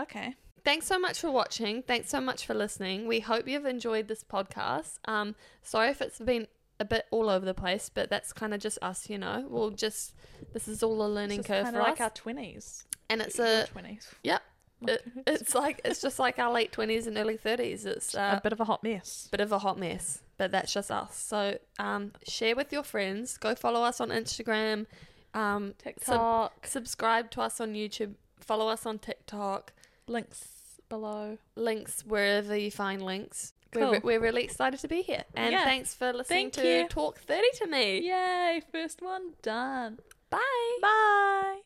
S2: okay.
S1: Thanks so much for watching. Thanks so much for listening. We hope you've enjoyed this podcast. Um, sorry if it's been a bit all over the place, but that's kind of just us, you know. We'll just this is all a learning
S2: It's
S1: curve
S2: kind
S1: for
S2: of like
S1: us,
S2: our twenties.
S1: and it's a
S2: twenties.
S1: Yep. It, it's like it's just like our late twenties and early thirties. It's uh,
S2: a bit of a hot mess.
S1: bit of a hot mess, but that's just us. So um, share with your friends. Go follow us on Instagram. Um, sub-
S2: TikTok
S1: subscribe to us on YouTube. Follow us on TikTok.
S2: links below.
S1: Links wherever you find links.
S2: Cool.
S1: We're, re- we're really excited to be here, and
S2: Yeah.
S1: thanks for listening
S2: Thank
S1: to
S2: you.
S1: Talk Thirty to me.
S2: Yay! First one done.
S1: Bye.
S2: Bye.